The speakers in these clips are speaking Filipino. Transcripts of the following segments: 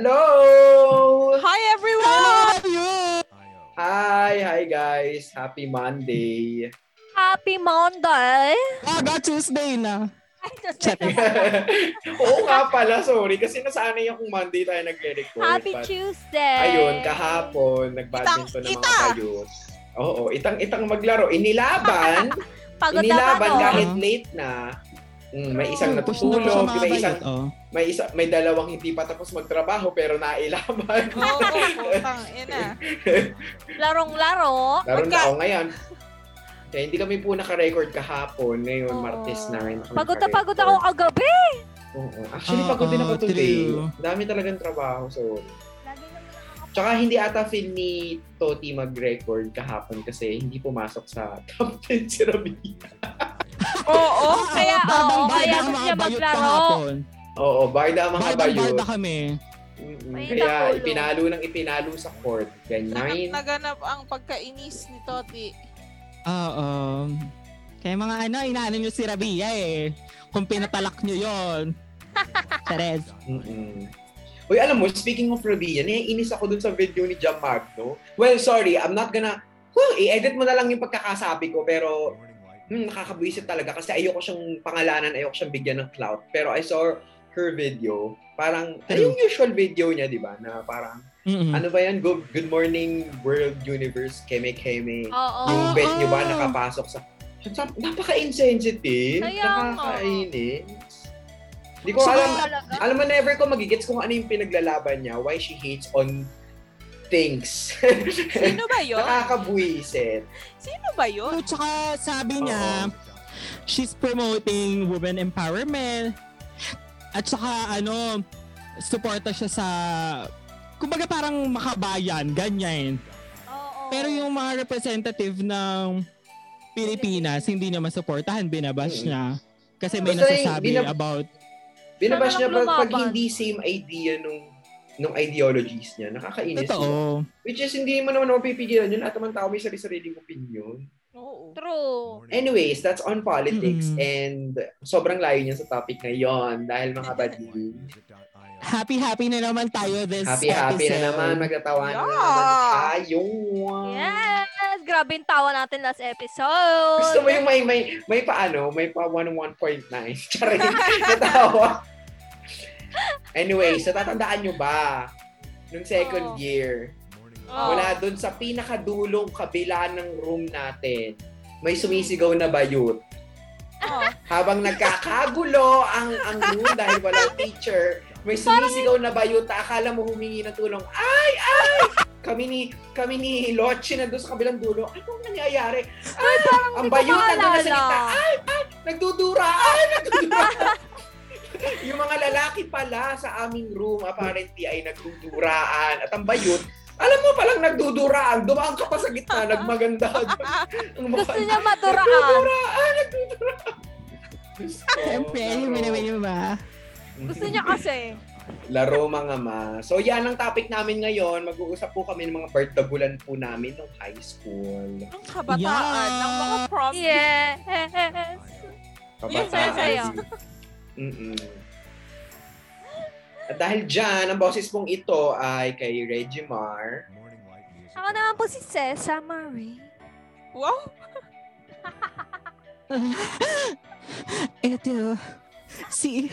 Hello! Hi everyone! Hi! Hi guys! Happy Monday! Happy Monday! Aga Tuesday na. Ay, just Chat. like- Oo nga pala, sorry. Kasi nasanay akong Monday tayo nagre-record. Happy but- Tuesday! Ayun, kahapon, nag-badminton na mga Itang-ita! kayo. Oo, itang-itang maglaro. Inilaban, Pagod Oh, naman, inilaban oh. kahit late na. Mm, may Push isang na push natutulog, ang mga may isang bayot, oh. may isa may dalawang hindi pa tapos magtrabaho pero nailaban. Oo, oh, pang ina. Laro Larong-laro. na Pagka- ako ngayon. Kaya hindi kami po naka-record kahapon. Ngayon, Oo. Martes na rin. kami Oh. Pagod na pagod naka-record. ako kagabi. Oo. Actually, Oo, pagod din ako today. true. Dami talagang trabaho. So, Lagi naman nakakapagod. tsaka hindi ata feel ni Toti mag-record kahapon kasi hindi pumasok sa top 10 si Rabi. Oo, oh, kaya, Ah, bardang oo, barda kaya ang gusto mga niya bayot maglaro. kahapon. Oo, barda ang mga Bardang bayo. barda kami. Mm-mm. Mainit ang Kaya ulo. ipinalo ng ipinalo sa court. Ganyan. Naganap ang pagkainis ni Toti. Oo. Kaya mga ano, inaano nyo si Rabia eh. Kung pinatalak nyo yon. Charez. Mm-mm. Uy, alam mo, speaking of Rabi, naiinis ako dun sa video ni Jam Magno. Well, sorry, I'm not gonna... Well, i-edit mo na lang yung pagkakasabi ko, pero hmm, nakakabwisit talaga kasi ayoko siyang pangalanan, ayoko siyang bigyan ng clout. Pero I saw her video, parang, Hmm. ay, yung usual video niya, di ba, na parang, Mm-mm. ano ba yan, Go- Good Morning World Universe, Keme Keme. Oo. Yung Oo. bet niyo ba nakapasok sa... Sa- Napaka-insensitive, Kaya nga. nakakainis. Hindi ko Saka- alam, alam mo, never ko magigits kung ano yung pinaglalaban niya, why she hates on things. Sino ba yun? Nakakabwisit. Sino Ano ba yun? So, Oh, tsaka sabi niya, she's promoting women empowerment. At saka ano, suporta siya sa kumbaga parang makabayan, ganyan. Oo. Pero yung mga representative ng Pilipinas, hindi niya masuportahan, binabash Mm. niya. Kasi may Basta yung nasasabi binab- about, Binabash niya Sana pag, lang pag lumaban. hindi same idea nung nung ideologies niya. Nakakainis. yun. totoo. Which is, hindi mo naman mapipigilan yun. Lahat naman tao may sarili-sariling opinion. Oo. True. Anyways, that's on politics. Mm-mm. And sobrang layo niya sa topic na yon dahil mga badin. Happy-happy na naman tayo this Happy-happy na episode. naman. Magtatawanan na Yeah. naman tayo. Yes! Grabe yung tawa natin last episode. Gusto mo yung may, may, may pa ano, may pa 101.9. Charing, natawa. Anyways, natatandaan nyo ba? Nung second Oh. year, Oh. wala dun sa pinakadulong kabila ng room natin, may sumisigaw na bayot. Oh. Habang nagkakagulo ang ang room dahil walang teacher, may sumisigaw na bayot. Akala mo humingi ng tulong. Ay, ay! Kami ni kami ni Loche na doon sa kabilang dulo. Anong nangyayari? Ay, ang bayot na doon sa gitna. Maalala. Nagdudura! Ay, nagdudura! yung mga lalaki pala sa aming room apparently ay nagduduraan at ang bayot alam mo palang nagduduraan dumaan ka pa sa gitna nagmaganda ang Gusto mukha- niya maduraan. nagduduraan nagduduraan Siyempre, Laro. may naman yung ba? Gusto niya kasi. laro mga ma so yan ang topic namin ngayon mag-uusap po kami ng mga birthdagulan po namin ng high school Ang kabataan ng mga prom. Yes! Yes, yes, yes. Mm-mm. At dahil dyan, ang boses pong ito ay kay Reggie Mar. Ako naman po si Cesa Marie. Wow! Eto, si...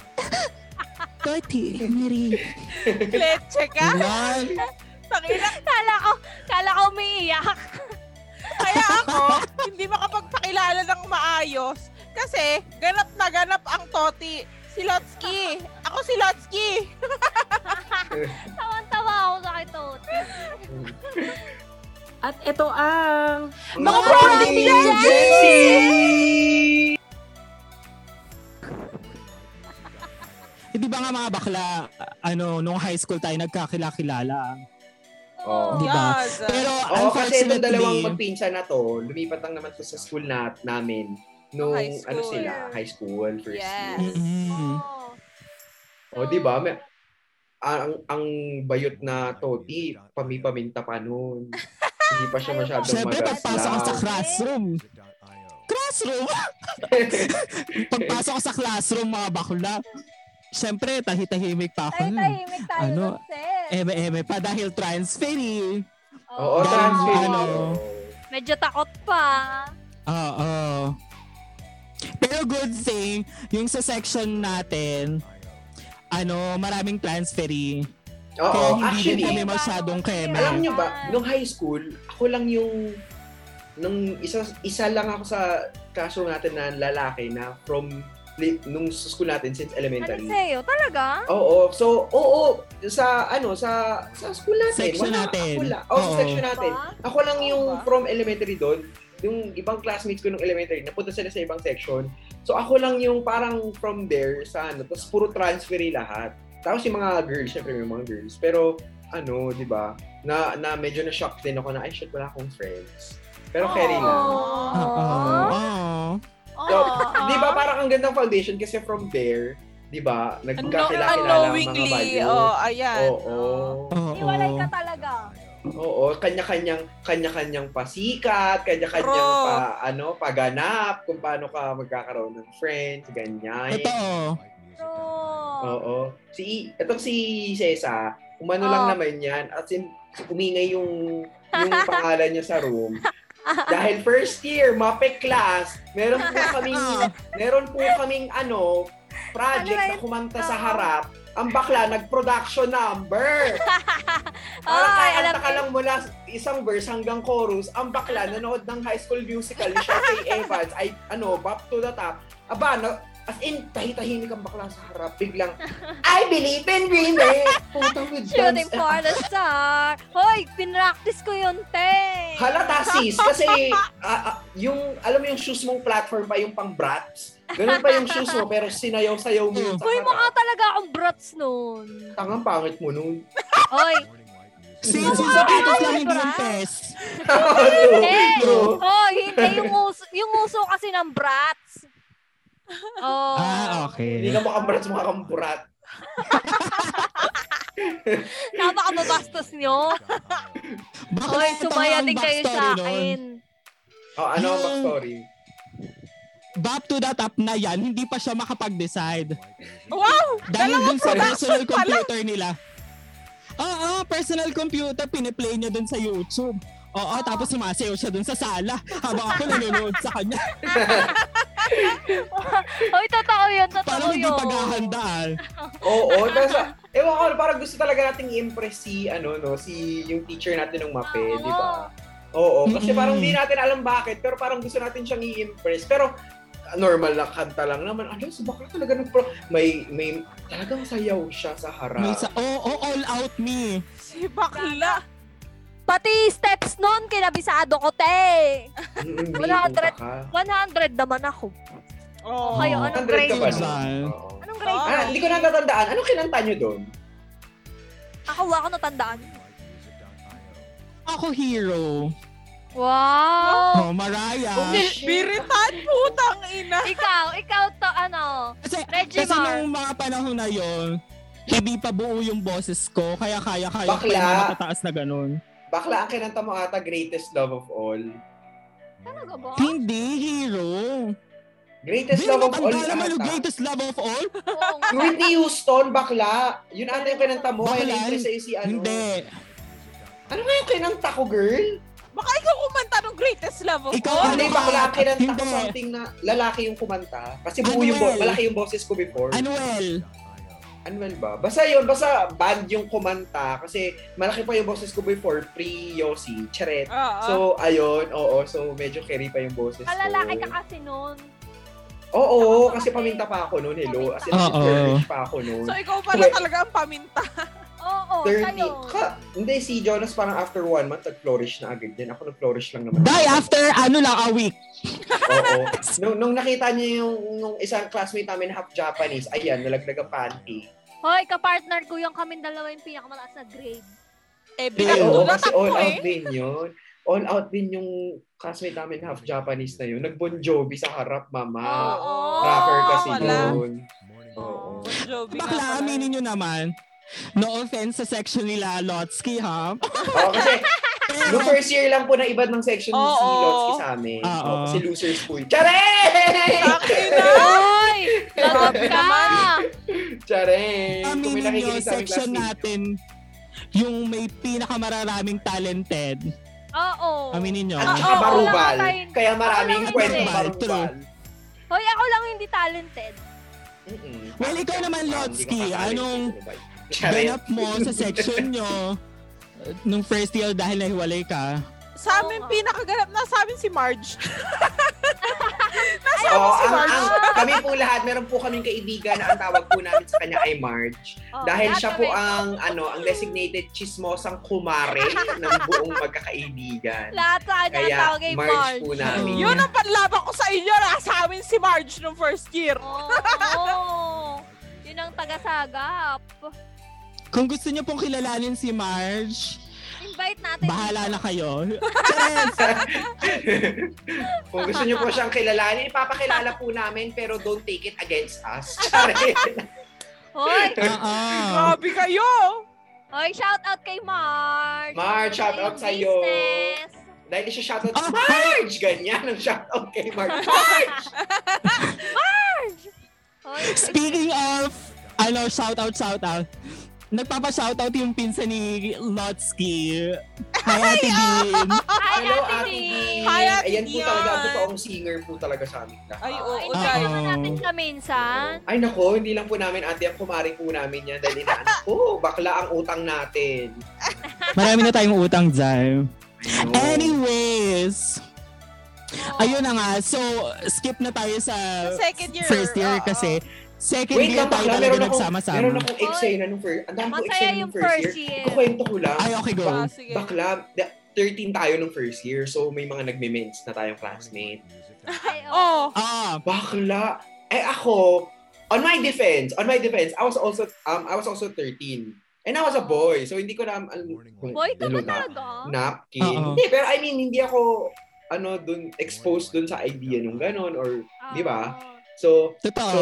Toti, Mary. Leche ka? Lol. Tangina. Kala ko, kala ko umiiyak. Kaya ako, hindi makapagpakilala ng maayos. Kasi, ganap na ganap ang Toti. Si Lotsky. Ako si Lotsky. Tawan-tawa ako sa kay Toti. At ito ang Mga Prodigy Jensi! Eh, di ba nga mga bakla, ano, nung high school tayo nagkakilakilala. Oh. Di ba? Yes. Pero Oo, kasi itong unfortunately, dalawang magpinsan na to, lumipat lang naman to sa school na, namin. Nung, High ano school. sila, high school, first Yes. year. Mm-mm. O, di ba? May- Ang, ang bayot na toti, pamipaminta pa noon. Hindi pa siya masyadong Siyempre, magaslang. pagpasok ko sa classroom. Classroom? pagpasok ko sa classroom, mga bakla. Siyempre, tahi-tahimik pa ako. Ay, nun. tahimik tayo Ano? ano? ng set. Eme-eme pa dahil trans ferry. Oo, Wow. transfer. Ano? Medyo takot pa. Oo. Pero good thing, yung sa section natin, ano, maraming trans ferry. Oo, Kaya hindi actually, din kami masyadong keme. alam nyo ba, nung high school, ako lang yung, nung isa, isa lang ako sa classroom natin na lalaki na from li- nung sa school natin since Ano elementary. sa'yo? Talaga? Oo, so, oo, sa, ano, sa, sa school natin. Section wala, natin. Ako lang, oh, sa Oo. section natin. Ba? Ako lang yung Oo ba? from elementary doon, yung ibang classmates ko nung elementary, napunta sila sa ibang section. So ako lang yung parang from there sa ano, tapos puro transferi lahat. Tapos yung mga girls, syempre may mga girls. Pero ano, di ba, na, na medyo na-shock din ako na, ay shit, wala akong friends. Pero carry lang. Aww. Oo. Oo. Oh, So, Aww. di ba parang ang gandang foundation kasi from there, di ba, nagkakilala ang mga Unknowingly, value. oh, ayan. Oh. Oo. Oo. Iwalay ka talaga. Oo, kanya-kanyang kanya-kanyang pasikat, kanya-kanyang True. pa ano, paganap kung paano ka magkakaroon ng friends, ganyan. Totoo. True. Oo. Si etong si Cesa, umano lang Oh. naman 'yan at in umingay yung yung pangalan niya sa room. Dahil first year, MAPE class, meron po kaming Ah. meron po kaming ano, project Ano na yun? kumanta sa Oo. harap. Ang bakla nag-production number. Parang Ay, kaya Ah, alam ka lang mula isang verse hanggang chorus, ang bakla nanood ng high school musical ni Sharpay Evans ay ano, bop to the top. Aba, na, as in, tahi-tahimik ang bakla sa harap. Biglang, I believe in women! Putang with dance. Shooting for the star. Hoy, pinractice ko yun, te. Halata sis, kasi ah, ah, yung, alam mo yung shoes mong platform pa yung pang brats. Ganun pa yung shoes mo, pero sinayaw-sayaw mo yun sa Hoy, mukha harap. talaga akong brats nun. Tangang pangit mo nun. Hoy, Since yung sapatos lang hindi yung Diba? pes. True, Eh, true. oh, hindi yung uso, yung uso kasi ng brats. Oh. Ah, Hindi okay. ka mukhang brats, mukhang brat. Napakababastos nyo. Baka Hoy, may sumayating tamang kayo backstory sa nun. akin. Oh, ano ang Yung- backstory? Bop to the top na yan, hindi pa siya makapag-decide. Wow! Dahil dun sa production personal pala. computer nila. Oo, personal computer, piniplay niya dun sa YouTube. Oo, tapos sumasayaw siya dun sa sala habang ako nanonood sa kanya. Hoy, totoo yun, totoo Parang hindi yun. paghahandaan. Oo, tapos ah, ewan ko, parang gusto talaga nating i-impress si, ano, no, si, yung teacher natin ng MAPE, Oo. Eh, di ba? Oo, kasi Mm-mm. parang hindi natin alam bakit, pero parang gusto natin siyang i-impress. Pero ah, normal na kanta lang naman. Ano, si bakla talaga nagpro... May, may, talagang sayaw siya sa harap. May sa, oo, oo, all out me. Si bakla. Pati steps nun, kinabisado ko, te. Mm, may Wala, puta dre- ka. 100 naman ako. Oh. Kayo, 100 ka anong ba grade nun? nyo? nun? Saan? Oo. Anong grade Ah, nyo? Ah, hindi ko natatandaan. Anong kinanta nyo doon? Ako, wala ko natandaan. Ako hero. Wow! Oh, Oh, Mariah. shit. Biritan, putang ina. Ikaw, ikaw to, ano, Kasi, Reggie kasi Mar. nung mga panahon na yon, hindi pa buo yung boses ko, kaya kaya-kaya ko Bakla. yung matataas na ganun. Bakla, ang kinanta mo ata, Greatest Love of All. Talaga ba? Hindi, hero. Greatest Hindi Love mo of All tanda naman yung ata. greatest love of all? Oo nga. Whitney Houston, bakla. Yun ata yung kinanta mo. Kaya Bakla na-impress yun. sa'yo si ano. Hindi. Ano nga yung kinanta ko, girl? Baka ikaw kumanta ng greatest love of Ikaw, all. ano Hindi, ka? bakla. Ang kinanta ko Hindi. Ano something na lalaki yung kumanta. Kasi buo Anuel. yung bo- malaki yung boses ko before. Anuel. Anuel ba? Basta yun, basta band yung kumanta. Kasi malaki pa yung boses ko before, pre-Yossi, charet. Oo. So, ayun, oo. So, medyo carry pa yung boses Kalalaki ka ko. kasi nun. Oo, kasi paminta pa ako noon, hello. As in, Oo. church pa ako noon. so, ikaw Wait. pala talaga ang paminta. Oo, Oh, kayo. 30. Ka, hindi, si Jonas parang after one month, nag-flourish na agad din. Ako nag-flourish lang naman. Die after, ano lang, a week. Oo. Nung, nung nakita niya yung nung isang classmate namin half Japanese, ayan, nalaglag ang panty. Hoy, kapartner ko yung kaming dalawa yung pinakamataas na grade. Ay, Eh, Oo, pinagdulat kasi all ako out eh. din yun. All out din yung classmate namin half Japanese na yun. Nag-Bon Jovi sa harap, mama. Oo. Tracker kasi Oh. wala. yun. Oo. Bon Jovi nga pala. Bakla, aminin nyo naman. No offense sa section nila, Lotsky, ha? Oo, kasi no first year lang po na ibad ng section Oo. si Lotsky sa amin. Ah, Oo. Oo, kasi losers po yun. Charet! Tangina! Hoy! Lagot ka! Charing! Eh, Kung Aminin nyo, may nakikinig sa aming section classmate. natin, yung may pinakamararaming talented. Oo. Aminin nyo. At Ah, Oo, saka oo, barubal. wala nga tayo- Kaya maraming wala nga kwento tayo. barubal. Hoy, ako lang hindi talented. Mm-mm. Well, ikaw naman, Parang Lotsky, hindi ka kasali anong sa barubal. Charing! Ganap mo sa section nyo uh, nung first year dahil nahiwalay ka. Sa amin, Oo nga. pinakaganap na sa amin si Marge. Nasa Oo, amin si ang, Marge. ang, kami po lahat, meron po kaming kaibigan na ang tawag po namin sa kanya ay Marge. Oo, Dahil Oh, lahat siya po kami- ang ano, ang designated chismosang kumare ng buong magkakaibigan. Lahat sa kanya ang Kaya tawag ay Marge, Marge. po namin. Yun ang panlaban ko sa inyo. Nasa amin si Marge nung first year. Oo. Yun ang tagasagap. Kung gusto nyo pong kilalanin si Marge, Invite natin. bahala na kayo. Kung gusto niyo po siyang kilalanin, ipapakilala po namin pero don't take it against us. Charing! Hoy, Oo. Oh, Grabe kayo. hoy, shout out kay Marge. Marge, shout out sa'yo. Business. Dahil siya shoutout Ah! si Marge! Ganyan ang shoutout kay Marge. Marge! Hoy, Speaking of, ano, shout out, shout out. Nagpapa-shout out yung pinsa ni Lotsky. Hi, Ate ah. Din. hi, Hello, Ate Ate Dean. Dean. Hi, Ate Ayan po Dean. talaga ang totoong singer po talaga sa amin lahat. Ay, oo, Ay, guys. naman Oh, natin siya minsan. Ay nako, hindi lang po namin ate, ang kumari po namin yan dahil inaanak po, bakla ang utang natin. Marami na tayong utang dyan. Ayun. Anyways, Oo. Oh. ayun na nga. So, skip na tayo sa Sa second year, first year oo. kasi. Second Wait year lang, tayo bakla, meron talaga akong, meron nagsama-sama. akong eksena nung first, ang dami ko Masaya eksena yung nung first year. eh. first year. Ikukwento ko lang. Ay, okay, go. Ah, sige. Bakla, da- 13 tayo nung first year, so may mga nagme-mens na tayong classmate. Ay, oo. Oh, Ah, Bakla. Eh ako, on my defense, on my defense, I was also um I was also 13. And I was a boy, so hindi ko na um, alam kung Boy ka ba ano na- talaga? napkin. Oo. Hindi, pero I mean, hindi ako ano dun exposed dun sa idea nung ganon or Oh. Di ba? so totoo. So,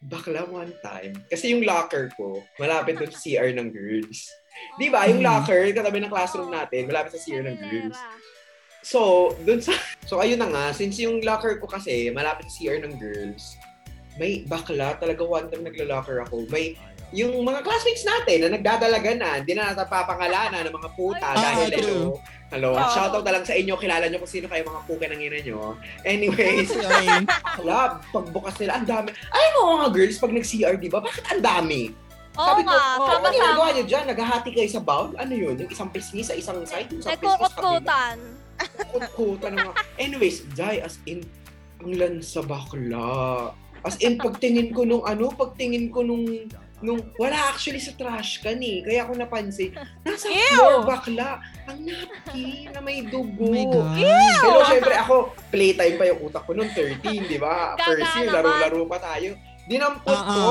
bakla one time. Kasi yung locker ko, malapit dun sa CR ng girls. Di ba? Yung locker, katabi ng classroom natin, malapit sa CR ng girls. So, dun sa... So, ayun na nga. Since yung locker ko kasi, malapit sa CR ng girls, may bakla talaga one time nagla-locker ako. May yung mga classmates natin na nagdadalaga na, hindi na natin papangalanan ng mga puta Ay, dahil ah, hello. true. Ah. Hello, Oo. shoutout na lang sa inyo. Kilala nyo kung sino kayo mga puka ng ina nyo. Ano Anyways, Ayun. bakla, pagbukas nila, ang dami. Ay mo mga girls, pag nag-CR, di ba? Bakit ang dami? Oo Sabi ko, nga, Oh. oo, Ano yung ginagawa sama-sama. nyo dyan? Naghahati kayo sa bowl? Ano yun? Yung isang pisngi sa isang side? Yung isang pisngi sa kabila? Nagkukutkutan. Kuta ng mga... Anyways, Jai, as in, ang lansa bakla. As in, pagtingin ko nung ano, pagtingin ko nung, nung, wala actually sa trash can eh. Kaya ako napansin, nasa Ew! floor bakla. Ang napkin na may Oh dugo. my God. Hello, syempre ako, playtime pa yung utak ko noon, 13, di ba? Gaga First year, naman. laro-laro pa tayo. Dinampot ko.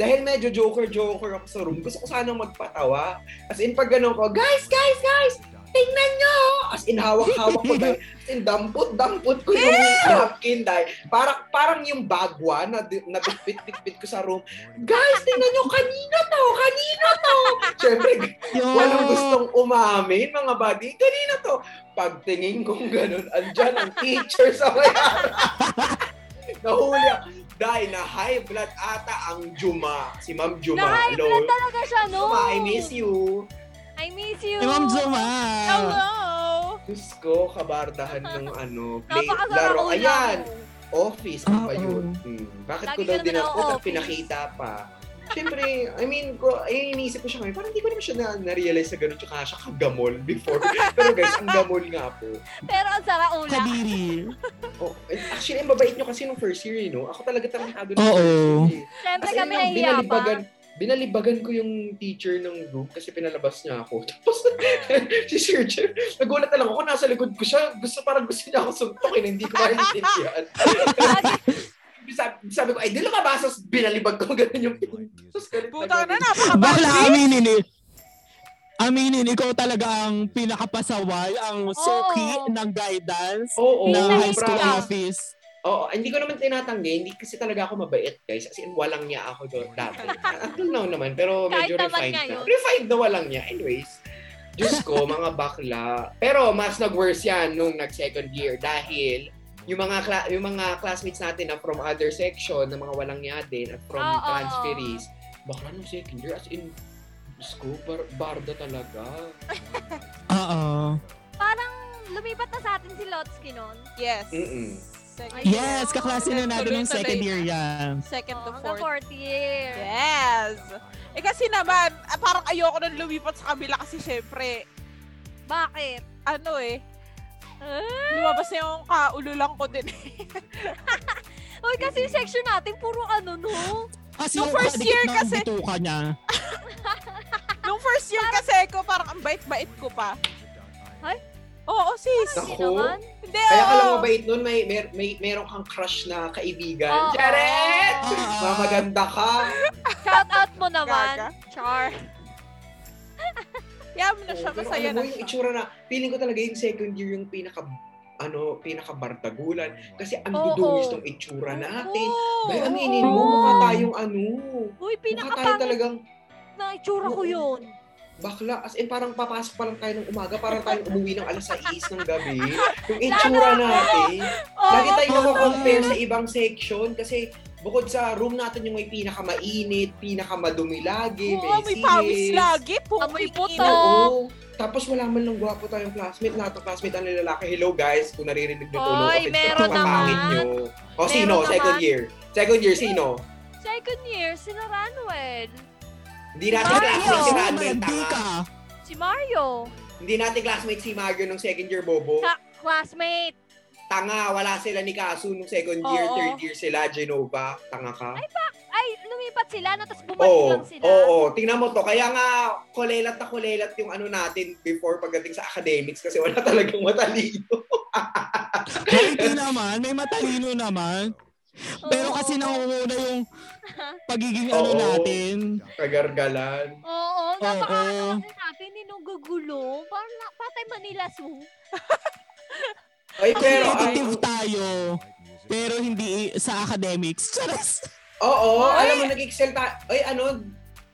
Dahil medyo joker-joker ako sa room. Gusto ko sanang magpatawa. As in, pag ganun ko, guys, guys, guys! Tingnan nyo! oh." As in, hawak-hawak ko dahil. As in, dampot-dampot ko yung napkin dahil. Parang, parang yung bagwa na, di- na bitbit-bitbit ko sa room. Guys, tingnan nyo! Kanina to! Kanina to! Syempre, Yun. Walang Oh. gustong umamin, mga buddy. Kanina to. Pagtingin kong ganun, andyan ang teacher sa may harap. Nahuli ako. Dahil na high blood ata ang Juma. Si Ma'am Juma. Na-high Hello. blood ano? talaga siya, no? Juma, I miss you. I miss you. Si Ma'am Juma. hello. Diyos ko, kabardahan ng ano, play, Napakasarap laro. ulam. Ayan, office, ano pa Oo. yun? Hmm. Bakit ko Lagi daw ka naman dinasot ako at office. pinakita pa? Siyempre, I mean, ko, ay, iniisip ko siya ngayon, parang hindi ko naman siya na, na-realize na ganun, tsaka siya kagamol before. Pero guys, ang gamol nga po. Pero ang sara ula. Kadiri. Oh, eh, actually, ang babait nyo kasi nung first year, eh, no? Ako talaga tarantado nung Oo. first year. eh. Siyempre As in, kami nung nahiya pa. binalibagan, binalibagan ko yung teacher ng group kasi pinalabas niya ako. Tapos, si Sir Jeff, nagulat na lang ako, nasa likod ko siya. Gusto, parang gusto niya ako suntokin, hindi ko maintindihan. sabi, sabi ko, ay, di lumabasas, binalibag ko ganun yung Tapos, galit na Puta na, galit. napaka-bad Bakla bitch. aminin eh. Aminin, ikaw talaga ang pinakapasaway, ang Oo. suki ng guidance Oo, ng oo, high school promise. office. Oo, hindi ko naman tinatanggi, hindi kasi talaga ako mabait, guys. As in, walang niya ako do, dati. Until now naman, pero Kahit medyo naman refined na. ngayon. Refined na walang niya. Anyways, Diyos ko, mga bakla. Pero mas nag-worse yan nung nag-second year dahil yung mga cla- yung mga classmates natin na from other section na mga walang niya din at from Oo. transferees, baka nung second year, as in, school, bar- barda talaga. Oo. Parang lumipat na sa atin si Lotsky noon. Yes. Mm-mm. Second, Ayun. Yes, kaklase na natin ng second year yan. second Oo, to hanggang fourth. Oh, fourth year. Yes. Eh kasi naman, ah, parang ayoko nang lumipat sa kabila kasi syempre, Bakit? ano eh, Ah, lumabas na yung kaululang ko din. eh. Uy, kasi yung section natin, puro ano no? Kasi Nung yung first kadikit year ng kasi- bituka niya. Nung first year kasi ko, parang ang bait-bait ko pa. Ay? Oo, sis. Hindi Ako? naman. Hindi, Kaya ka lang oo. mabait nun, may, may, may meron kang crush na kaibigan. Oo. Charet! Ah. Oo. Ah, Mamaganda ka! Shout out mo naman. Gaga. Char. Kaya mo na siya, Oo, pero masaya alam na mo, yung siya. itsura na, feeling ko talaga yung second year yung pinaka, ano, pinakabardagulan. Kasi ang Oo. dudungis ng itsura ano natin. Oo. Dahil Oo. aminin mo, mukha tayong ano. Uy, Mukha tayo pinakapangit talagang na itsura ko Oo. yun. bakla. As in, parang papasok pa lang tayo ng umaga, parang tayo umuwi ng alas 6 ng gabi. Yung itsura natin. Oh, Lagi tayo nako-compare sa ibang section kasi bukod sa room natin yung may pinakamainit, pinakamadumi lagi, Oo, may pawis lagi. Amoy puto. Puking ina. Oo. Tapos wala man lang gwapo tayong classmate. Lahat ng classmate ang lalaki. Hello guys, kung naririnig nyo to, no Hoy, offense, meron pero kapangit naman. nyo. O sino? Meron Second naman. year. Second year, sino? Second year, si Ranwell. Hindi natin Mario. classmate si Radwell, Maganda tama. ka. Si Mario. Hindi natin classmate si Mario nung second year, Bobo. Ka- classmate. Tanga, wala sila ni Kasu nung second year, Oo. third year sila, Genova. Tanga ka. Ay, lumipat sila, no? Tapos bumalik Oo, lang sila. oo, tingnan mo to. Kaya nga, kulelat na kulelat yung ano natin before pagdating sa academics kasi wala talagang matalino. Ay, Hindi naman, may matalino naman. Pero kasi nauuna yung pagiging ano Oo. natin. Kagargalan. Oo, napaka ano Oo. kasi natin, ninugugulo. Parang na, patay Manila Zoo. Ay, pero, ah, ay, Competitive tayo. Pero hindi sa academics. Charas! oo, Ay! alam mo, nag-excel tayo. Ay, ano,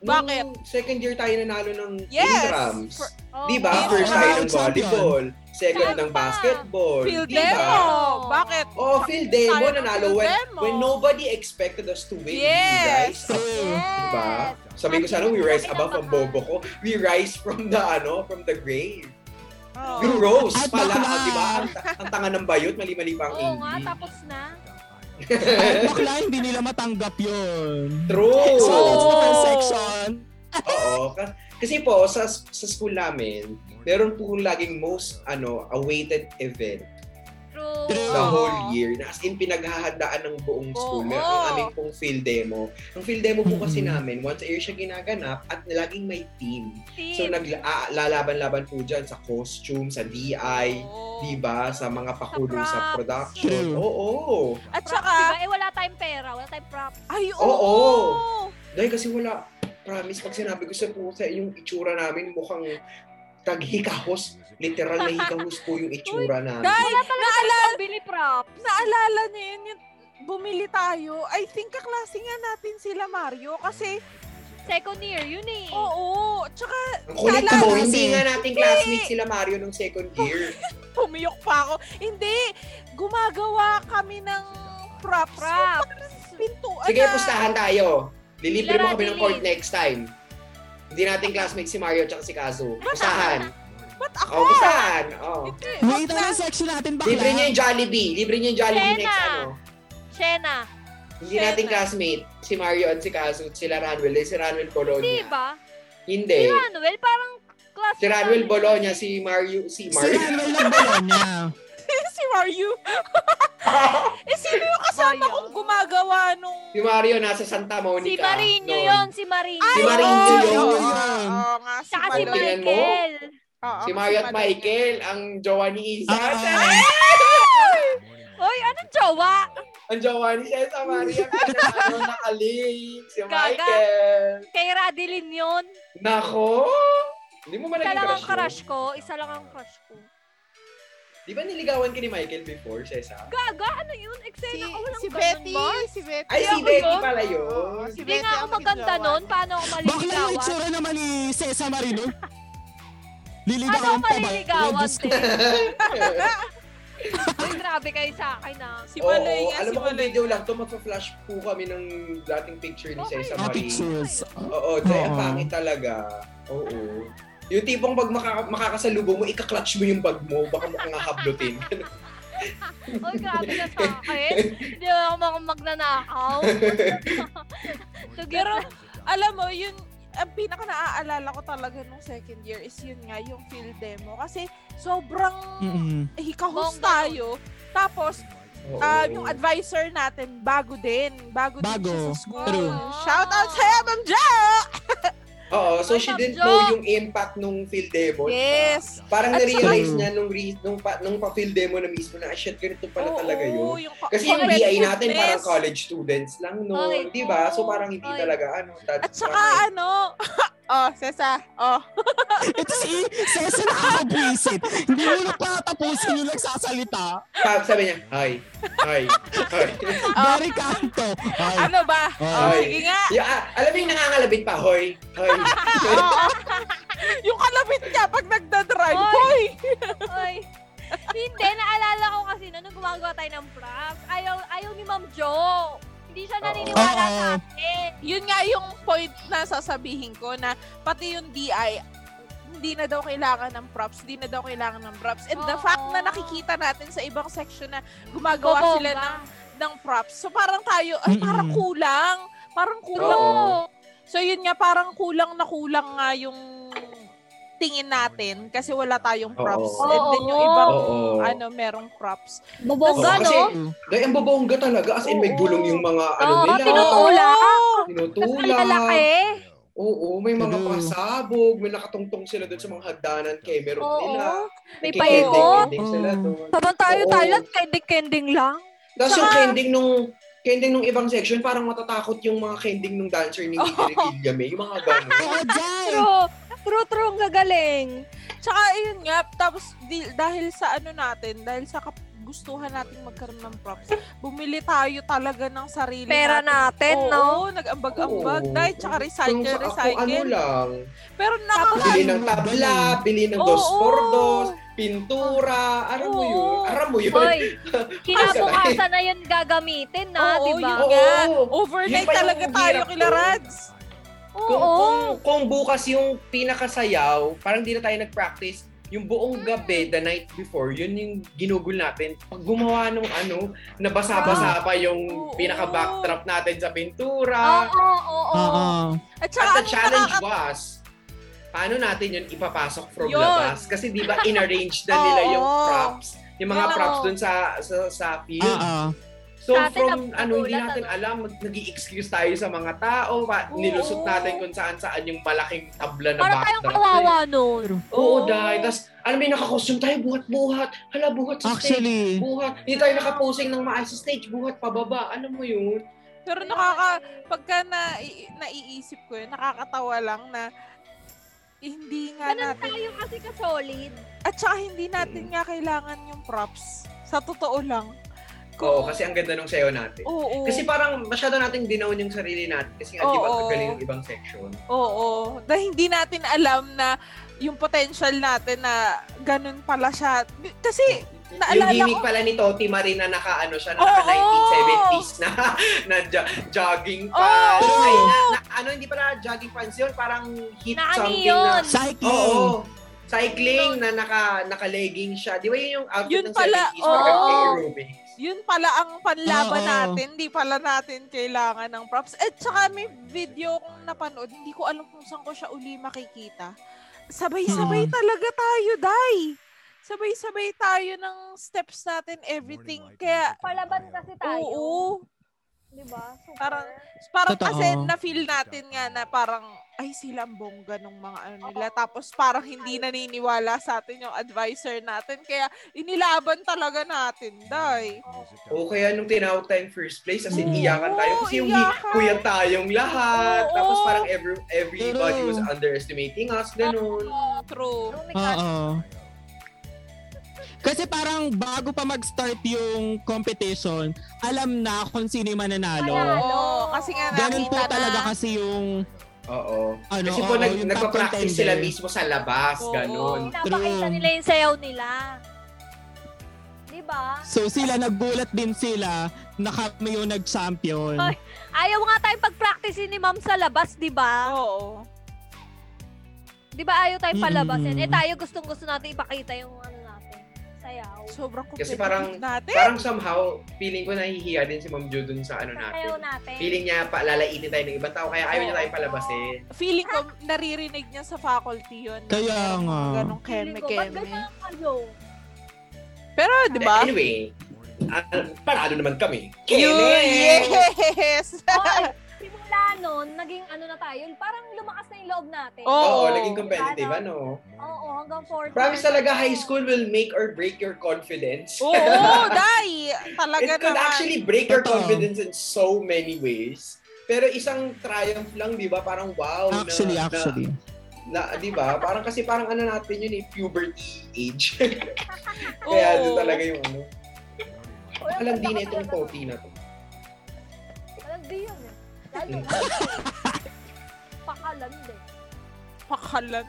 nung Bakit? second year tayo nanalo ng Yes! intrams. For- Oo. Di ba? Yes, Diba? First tayo ng round champion. volleyball, second Tama. ng basketball. Field di demo. ba? Bakit? diba? Oh, field demo Tayo ng nanalo field when, demo. when nobody expected us to win, Yes. you guys. True. Yes. Diba? Sabi ko sana, we rise above from bobo ko. We rise from the, ano, from the grave. Oo. You rose At pala, bakla. ah, di ba? Ang, ang tanga ng bayot, mali-mali pa ang Oo nga, English. tapos na. At bakla, hindi nila matanggap yun. True! So, that's the first Oh. section. Oo. Ka- Kasi po, sa, sa school namin, meron po laging most ano awaited event True. True. the Oo. whole year. Na as in, pinaghahandaan ng buong school. Oo. Meron ang aming pong field demo. Ang field demo po kasi Mhm. namin, once a year siya ginaganap at laging may team. Team. So, naglalaban-laban po dyan sa costume, sa DI, Oo. di ba? Sa mga pakulong sa, props. production. True. Oo. At Props, saka, diba? Eh, wala tayong pera. Wala tayong props. ay, oo. Oo. Dahil kasi wala, promise, pag sinabi ko sa puta, yung itsura namin mukhang taghikahos. Literal na hikahos po yung itsura namin. Dahil, naala, Bili props. naalala niyo yun, yung bumili tayo. I think kaklase nga natin sila, Mario. Kasi, Second year, yun eh. oo. Tsaka, Ang kulit Dahil- ko, Dahil- hindi nga natin classmate sila Mario nung second year. pumiyok pa ako. Hindi. Gumagawa kami ng props. Props. Pintuan Sige, na- pustahan tayo. Lilibre mo Lila, kami ng Radilin. court next time. Hindi natin classmate si Mario at si Kazu. Pustahan. Ba't ako? Oo, pustahan. Oo. Hindi, wag Wait, na. ano yung section natin bakla? Libre niya yung Jollibee. Libre niya yung Jollibee Sena. next ano. Shena. Hindi Sena. natin classmate si Mario at si Kazu at sila Ranwell. Dahil si Ranwell Di Colonia. Diba? ba? Hindi. Si Ranwell, parang class. Eh. Si Ranwell Bologna, si Mario, si Si Mario. Manuel Nagbalan niya. si Mario. eh, sino yung kasama Mario. kong gumagawa nung... Si Mario nasa Santa Si Monica. Marino noon. yun. Si Marino. Si Marinho oo, yun. oo, oo nga, si Saka si Mario. Tingnan mo. Michael. Oo, Si Mario at Mario. Michael, ang jowa ni Isa. Ah. Ay! Hoy, anong jowa? Ang jowa ni Isa, Mario. Ano nakalig? Si Gaga. Michael. Kay Radilin yun. Nako! Hindi mo ba Isa naging lang ang crush, crush mo? ko. Isa lang ang crush ko. Di ba niligawan ka ni Michael before, Cesa? Gaga, ano yun? Eksena Si, ko. Walang si ganun, Betty, Mar. si Betty. Ay, si ako Betty yun. pala Oo, yun. si Hindi nga Betty ako ang maganda biglawan. nun. Paano ako Bakla yung maliligawan? itsura naman ni Cesar Marino. Paano Liligawan ako pa ba? maliligawan, Diyos ko. te? Uy, grabe kayo sa akin ah. Si Oo, Malay nga, alam si mo kung Malay. video lang to, magpa-flash po kami ng dating picture ni Okay. Cesar Ah, Marie. pictures. Oo, Jay, ang Oo. pangit talaga. Oo. Yung tipong pag makaka- makakasalubong mo, ikaklatch mo yung bag mo, baka mukhang hablutin. Uy, grabe ka sa akin. Hindi ako mag- magnanakaw. Pero, Alam mo, yun, ang pinaka naaalala ko talaga nung second year is yun nga, yung field demo. Kasi sobrang Hmm. Mm-mm. hikahos Bongga. tayo. Tapos, Oo. ah, yung advisor natin, bago din. Bago, Bago. din siya sa school. True. Shout out sa'yo, Ma'am Jo! Oo, so she didn't know yung impact nung field demo. di ba? Yes. Parang At na-realize saka- niya nung, re- nung, pa- nung pa-field demo na mismo na, ah, shit, ganito pala Oo, talaga yun. yung pa- Kasi yung BI natin parang competitiveness. college students lang, no? Ay, Di ba? So oo. parang hindi Ay. talaga, ano, that's At saka why. ano, oh, Sesa, oh, Ito si Cesar nakakabwisit. Hindi mo na patatapusin yung nagsasalita. Sabi, sabi niya, hi, hi, hi. Gary Canto. Ay, ano ba? Oh, Ay. sige nga. yeah, ah, alam mo yung nangangalabit pa, hoy, hoy. Oo. yung kalabit niya pag nagdadrive, Oy. boy! Ay. Hindi, naalala ko kasi na nung gumagawa tayo ng pranks, ayaw, ayaw ni Ma'am Jo. Hindi siya naniniwala Oo. sa akin. Yun nga yung point na sasabihin ko na pati yung DI, hindi na daw kailangan ng props, hindi na daw kailangan ng props. And the Oo. fact na nakikita natin sa ibang section na gumagawa Bobongga. sila ng, ng props. So parang tayo, ay Mm-mm. parang kulang. Parang kulang. Oo. So yun nga, parang kulang na kulang nga yung tingin natin kasi wala tayong props. Oo. And then yung ibang Oo. ano, merong props. Bobongga, Oo, no? kasi- Dahil ang babongga talaga, as in may Oo. gulong yung mga, ano Oo, nila. Ah, tinutulak. Tula. Oo. Tapos Tinutulak. malalaki. Oo, may mga Hello. pasabog, may nakatungtong sila doon sa mga hagdanan kay meron Oo. nila. May Nakikending-kending paikot. sila doon. Sabang tayo Oo. tayo lang, kending-kending lang. Tapos Saka- yung kending nung kending nung ibang section, parang matatakot yung mga kending nung dancer ni Nini Revillame. Yung mga gano'n. Oo, Jai. True. True, true, ang gagaling. Tsaka ayun nga, tapos di- dahil sa ano natin, dahil sa kap- gustuhan nating magkaroon ng props, bumili tayo talaga ng sarili Pera natin. natin, no? Oo, nag-ambag-ambag. Oo. Dahil tsaka Kung recycle, sa- kung ano recycle. lang. Pero nakaka... Bili ng tabla, bili ng Oo. dos por dos, pintura, alam mo yun. Oo. Alam mo yun. Hoy, kinabukasan na yun gagamitin diba? na, Oo, di ba? yun Oo. nga. Oo. Yun Overnight pa yung talaga tayo hirap kila doon. Rads. Kung, Oo. kung, kung bukas yung pinakasayaw, parang di na tayo nag-practice, yung buong Hmm. gabi, the night before, yun yung ginugol natin. Pag gumawa nung ano, nabasa-basa pa yung Ah. Oo. pinaka-backdrop natin sa pintura. Oo, oo, oo. Oo. At ano, At saka the challenge was, paano natin yun ipapasok from Yun. labas? Kasi di ba in-arrange na nila yung Oo. props, yung mga Yun ako. props dun sa sa, sa field. Oo. So Sa atin, from nagugulat, ano hindi natin ano? alam, mag nag excuse tayo sa mga tao, pa, Oo. nilusot natin kung saan-saan yung malaking tabla na Para tayong kawawa nun. Oo, dahil. Tapos, alam mo, yung nakakostume tayo, buhat-buhat. Hala, buhat sa stage. Actually, Buhat. Hindi tayo nakaposing ng maayos sa stage. Buhat pababa. Alam mo yun? Pero nakaka, pagka na, i- naiisip ko yun, nakakatawa lang na eh, hindi nga Ganun natin, tayo kasi ka-solid. at saka hindi Mm. natin nga kailangan yung props. Sa totoo lang. Oo, kasi ang ganda nung sayo natin. Oo, Kasi parang masyado nating dinown yung sarili natin kasi nga di ba Oo. kagaling yung ibang section. oo. Dahil hindi natin alam na yung potential natin na ganun pala siya. Kasi, yung Naalala gimmick ko- pala ni Toti Marie na naka ano siya, Oo. naka 1970s na na jo- jogging pants. Oo. Ay, na, na, ano hindi pala jogging pants yun, parang hit Na ano something yun? na. Hmm. cycling. Oo. cycling na naka naka-legging siya. Di ba yun yung outfit Yun ng pala, 70s parang oo. aerobics? yun pala ang panlaban Oo. natin. Hindi pala natin kailangan ng props. At saka may video kong napanood. Hindi ko alam kung saan ko siya uli makikita. Sabay-sabay Mm. Oo. talaga tayo, Day. Sabay-sabay tayo ng steps natin, everything. Kaya, Palaban kasi tayo. oo. Di ba? Super. Parang- Parang Totoo. kasi na-feel natin nga na parang, ay sila ang bongga nung mga ano nila. Tapos parang hindi naniniwala sa atin yung advisor natin. Kaya inilaban talaga natin, Day. O kaya nung tinawag tayong first place, as in Oo, iyakan tayo kasi yung iyakan. kuya tayong lahat. Oo. Tapos parang every, everybody True. was underestimating us, ganun. Mm, True. Room ni Kat. Ah, Oo. Kasi parang bago pa mag-start yung competition, alam na kung sino yung mananalo. Ayan. Oo, kasi nga Ganun po nakita talaga na. kasi yung Oo. ano, Kasi po oo, nag, yung top nagpa-practice contender. sila mismo sa labas, Oo. ganun. Pinapakita nila yung sayaw nila. Di ba? So sila, nagbulat din sila na kami yung nag-champion. Ay. Ayaw nga tayong pag-practice ni ma'am sa labas, di ba? Ah, Oo. Di ba ayaw tayong palabasin? Mm-mm. Eh tayo gustong gusto natin ipakita yung ano natin. Sayaw. Sobrang Kasi competitive parang- natin. Parang somehow, feeling ko nahihiya din si Ma'am Jo dun sa ano natin. Sayaw natin. Feeling niya palalaitin tayo ng ibang tao, kaya ayaw niya tayong palabasin. Feeling ko, naririnig niya sa faculty yun. Kaya nga. Ganong Feeling ko, ba't keme-keme. ganyan kayo? Pero, di Diba? ba? Anyway, uh, panalo naman kami. Yun! Yes! Hoy, simula nun, naging ano na tayo, parang lumakas na yung loob natin. Oo, Oo. naging competitive, ano? Oo, hanggang fourth Promise talaga, high school will make or break your confidence. Oo, dai! It Talaga could naman. actually break your Totoo. confidence in so many ways. Pero isang triumph lang, di ba? Parang wow. na- Actually, na, actually. Na, di ba? Parang kasi parang ano natin yun eh, puberty age. Oo. Kaya doon talaga yung ano. Uy, ang Alam ganda din ko na itong talaga. poti na to. Walang di yun eh. Lalo Hmm. Mm. na. Pakalanda eh. Pakalan.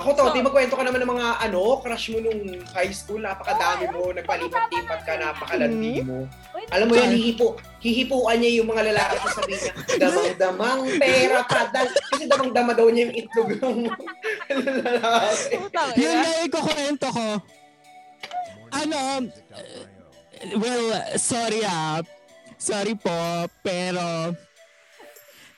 Ako, Toti, magkwento ka naman ng mga ano, crush mo nung high school. Napakadami mo, nagpalipat-lipat ka, napakalandi Mm-hmm. mo. Oh, Uy, Alam mo yan, hihipo, hihipuan niya yung mga lalaki sa sabi niya, damang-damang pera padal. Kasi damang-dama daw niya yung itlog ng lalaki. Putang Yun ina. na ikukwento ko. Ano, well, sorry ah. Sorry po, pero...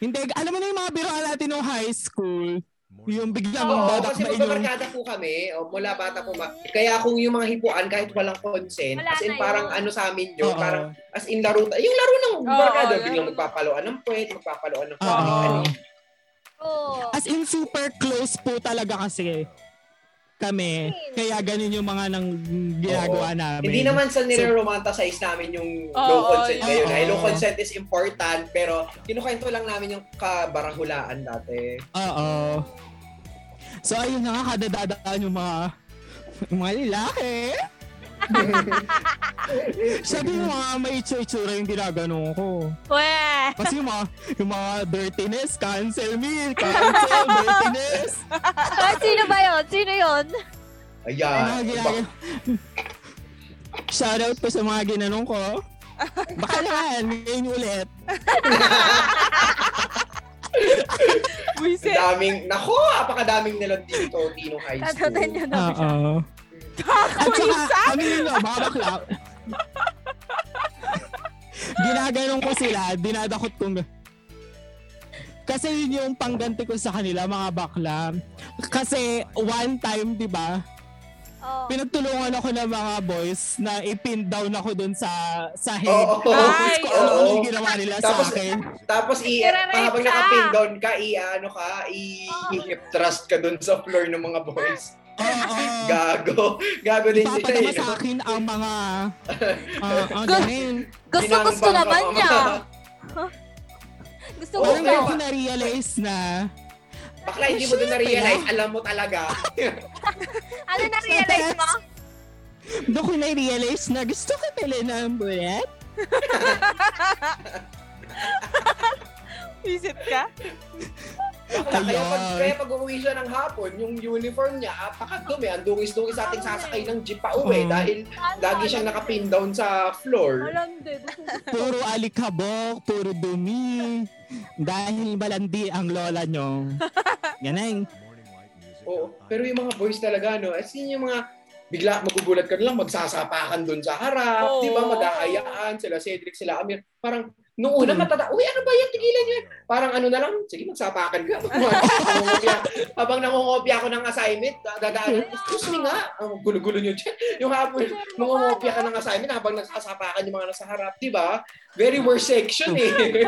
Hindi, alam mo na yung mga biruan natin nung high school. Yung bigla mong Oo, badak kasi na ilong... magbabarkada po kami, o, mula bata po. Ma- Kaya kung yung mga hipuan, kahit walang consent, Wala as in na parang yun. ano sa amin yun, Oo. parang as in laro, ta- yung laro ng barkada, Oo, biglang laro. magpapaluan ng puwet, magpapaluan ng Oo. puwet, ano. Oo. As in, super close po talaga kasi kami. Kaya ganun yung mga nang ginagawa namin. Hindi naman sa nire-romanticize namin yung Oo, low consent yun. ngayon. Ay, Oo. low consent is important, pero kinukento lang namin yung kabarahulaan dati. Oo. So, ayun na nga, kadadadaan yung mga yung mga lalaki. Sabi mo mga may itsura yung ginaganon ko. Pwe. Kasi yung mga, yung mga dirtiness, cancel me, cancel, dirtiness. Pwe, Ah, sino ba yun? Sino yun? Yung mga Ayan. ginaganon. Ah, Shoutout po sa mga ginanong ko. Baka naman, ngayon ulit. Ang Buisit. daming, nako, apakadaming nilang dito, Tino High School. Tatatin nyo na. Ah. Oo. ah. At saka, ano yun, no, mga bakla. Ginaganong ko sila, dinadakot ko. Kasi yun yung pangganti ko sa kanila, mga bakla. Kasi one time, di ba, Oo. pinagtulungan ako ng mga boys na ipin down ako dun sa sa head. Oo. Tapos ko ano Oo. yung ginawa nila sa Tapos- akin. Tapos, i- Nire-rape habang ka. naka-pin down ka, i-ano ka, i-hip thrust ka dun sa floor ng mga boys. Oo. Gago. Gago din sila. Ipapadama eh, sa no? akin ang mga ah, ang Good. ganun. Gusto gusto Binangbang naman ka. niya. Gusto Oo, Parang gusto. ngayon ko na-realize na Bakla, hindi mo doon na-realize. Alam mo talaga. Ano na realize mo? Doon ko na-realize na gusto ko pala ng bullet. Buisit ka? Bakla, kaya, pag, Ayun. kaya pag uuwi siya ng hapon, yung uniform niya, apakadumi. Ang dungis-dungis sa ating sasakay ng jeep pa uwi Oo. dahil lagi siyang naka-pin down sa floor. Alam de, gusto ko. Puro alikabok, puro dumi. Dahil balandi ang lola nyo. Ganang. Oo. Pero yung mga boys talaga, no? As in, yung mga bigla magugulat ka na lang, magsasapakan doon sa harap, Oo. di ba, mag-aayaan, sila Cedric, sila Amir. Parang, nung una matata, uy, ano ba yan, tigilan yun. Parang ano na lang, sige, magsapakan ka. Nangungopya. Habang nangungopya ako ng assignment, dadaan, excuse me nga, ang gulo-gulo nyo dyan. Yung habang nangungopya ka ng assignment, habang nagsasapakan yung mga nasa harap, di ba? Very worst section eh.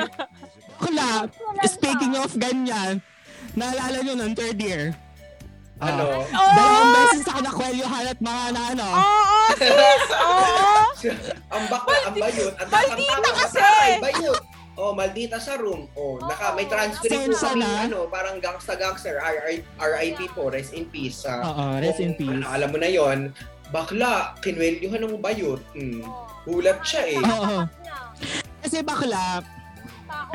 Kula, speaking of ganyan, naalala nyo ng third year. Ah. ano? Dalawang beses ako nakwelyohan at mga na ano. Ah! Oo, sis! Oo! Ang bakla, ang bayot. Ang ang- Maldita ang- kasi! ang- bayot. Oh, maldita sa room. Oh, naka Ah, may transcript Sensa sa na. ano, parang gangsta gangster, RI RIP po, rest in peace. sa Oo, Ah, rest in peace. Ano, alam mo na 'yon. Bakla, kinwelyohan ng bayot. Mm. Oh. Hulat siya eh. Oo. Kasi bakla,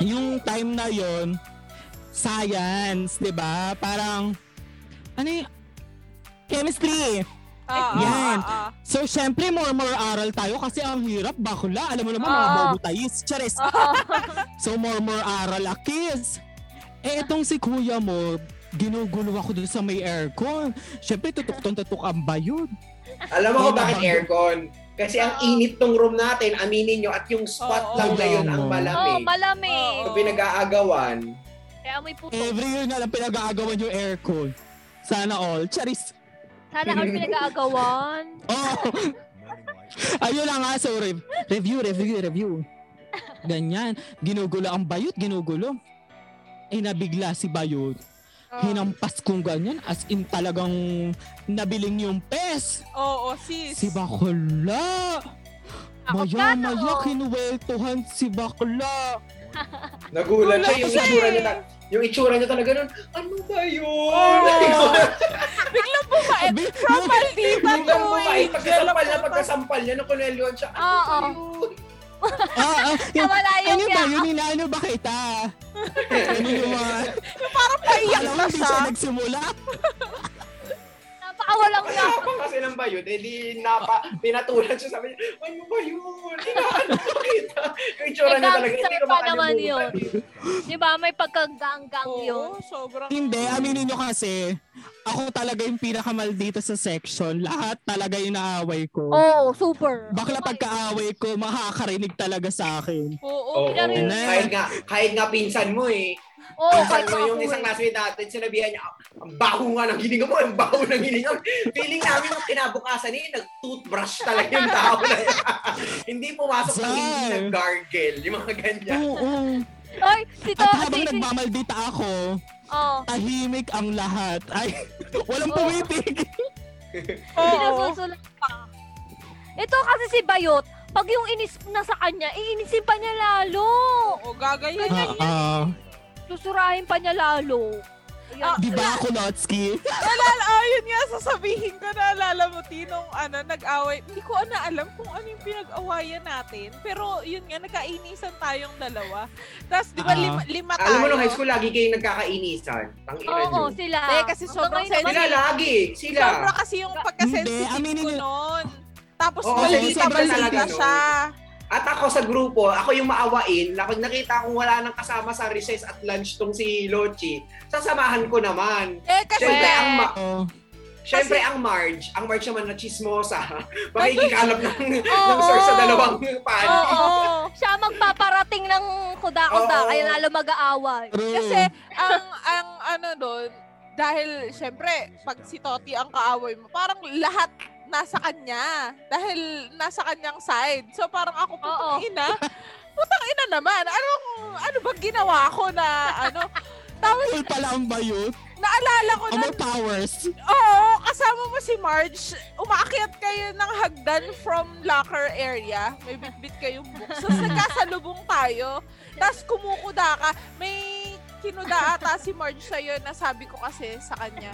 yung time na yon science, di ba? Parang, ano yung, chemistry. Ah, Yan. ah, ah. So, syempre, more more aral tayo kasi ang hirap, bakla. Alam mo naman, mga Oo. Ah. bobo tayis. Charis. Oo. So, more more aral, akis. Eh, itong si kuya mo, ginugulo ako doon sa may aircon. Syempre, tutok tong tutok ang bayod. Alam mo ko bakit aircon? Kasi ang init tong room natin, aminin nyo, at yung spot Oo. lang na yun ang Oh. Oh, malamig. malamig. So, pinag-aagawan. Kaya amoy puto. Every year na lang pinag-aagawan yung aircon. Sana all. Charis. Sana ako pinag-aagawan. Oh, ayun na nga. So, rev- review, review, review. Ganyan. Ginugulo ang bayot, ginugulo. Eh, nabigla si bayot. Oh. Ah. hinampas kong ganyan as in talagang nabiling yung pes. Oo, sis. Si Bakla! Ako Maya, plano. maya, kinuweltuhan si Bakla. Nagulat Wala siya yung siya itsura eh. niya. ta- Yung itsura niya talaga nun, ano ba yun? Oh. Biglang Eh, bumait. Bi- Propal diva Yung to lang eh. bumait, pagkasampal na pagkasampal niya, nakunelyon siya. Ano ba Oo. yun? Ah, ah, yun- Nawala yung ano ba yun? Inaano ba kita? ano yung mga... Parang paiyak Alam mo, na hindi siya. siya nagsimula. Napakawalang Wala na. pa kasi ng bayo, eh di napa, pinatulan siya, sabi niya, ano ba yun? Inaano ba kita? Yung itsura niya talaga, hindi ko Gangster Eh, pa naman makalimutan. Di ba? May pagkagang-gang yun. Oo, sobrang... Hindi, aminin nyo kasi, ako talaga yung pinakamal dito sa section. Lahat talaga yung naaway ko. Oh, Oo, super. Bakla pagkaaway ko, makakarinig talaga sa akin. Oo. Oo. Pinaril niya. Kahit nga, kahit nga pinsan mo eh. Oo, Pinsan kahit mo yung ako isang eh. classmate natin, sinabihan niya, "Ah, ang baho nga ng hininga mo, ang baho ng hininga mo. Feeling namin nung kinabukasan eh, nag-toothbrush talaga yung tao na yun. hindi pumasok ng hindi Sir. nag-gargle, yung mga ganyan. Oo. Oy, si to, At si, habang si, nagmamaldita ako, oh, tahimik ang lahat. Ay, walang Oh. Oo. pumitig. Oo. sinusulat pa. Ito kasi si Bayot, pag yung inis na sa kanya, iinisin pa niya lalo. Oo, gagayan Ganyan niya. yan. Susurahin pa niya lalo. Ayun. Ah, Di ba, Kulotsky? Nalala, oh, yun nga, sasabihin ko, naalala mo, Tinong, ano, nag-away. Hindi ko na alam kung ano yung pinag-awayan natin. Pero, yun nga, nagkainisan tayong dalawa. Tapos, di ba, Ah. lima, lima tayo. Alam mo nung high school, lagi kayong nagkakainisan. Tang ina Oo, niyo. sila. Eh, kasi Hanggang sobrang Sila ngayon naman, lagi, sila. Sobra kasi yung pagka-sensitive Hindi, aminin ko niyo. noon. Tapos, Oo, maldita sobrang pa talaga sensitive. siya. At ako sa grupo, ako yung maawain, na pag nakita kong wala nang kasama sa recess at lunch tong si Lochi, sasamahan ko naman. Eh, kasi, Siyempre, ang, ma- Oh. Siyempre, ang Marge, ang Marge naman na chismosa, makikikalap ng, ng Oo. sir sa dalawang pan. Oo, siya ang magpaparating ng kuda-kuda, Oo. kaya lalo mag-aaway. True. Kasi ang ang ano doon, dahil syempre pag si Toti ang kaaway mo, parang lahat nasa kanya dahil nasa kanyang side. So parang ako putang Oo. ina. Putang ina naman. Anong ano ba ginawa ko na ano? Tapos full pala ang bayot. naalala ko na Amor powers. oo, kasama mo si Marge, umaakyat kayo ng hagdan from locker area. May bitbit kayong books. Tapos nagkasalubong tayo. Tapos kumukuda ka. May kinuda ata si Marge sa'yo na sabi ko kasi sa kanya.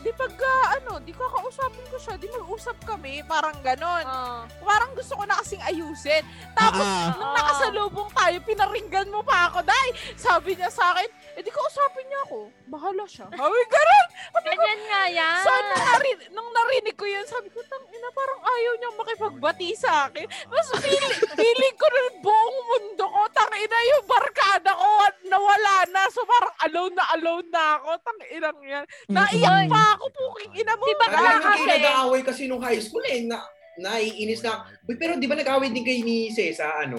Di pag, ah, ano, di ko kausapin ko siya, di mag-usap kami. Parang ganon. Oo. Parang gusto ko na kasing ayusin. Tapos, Ah, nung nakasalubong tayo, pinaringgan mo pa ako. Dahil, sabi niya sa akin, eh di ko usapin niya ako. Bahala siya. Hawi Ganyan nga yan. So, Ah. nung, nari- nung narinig ko yun, sabi ko, tang ina, parang ayaw niyang makipagbati sa akin. Mas feeling, feeling ko nun buong mundo ko, tang ina, yung barkada ko, at nawala na. So, parang alone na alone na ako, tang ina yan. Naiyak Mm-mm. pa ako, puking ina mo. Di ba Kaya Baka nung kasi- nag-aaway kasi nung high school eh, na, naiinis na. Uy, pero di ba nag-aaway din kayo ni Cesa, ano?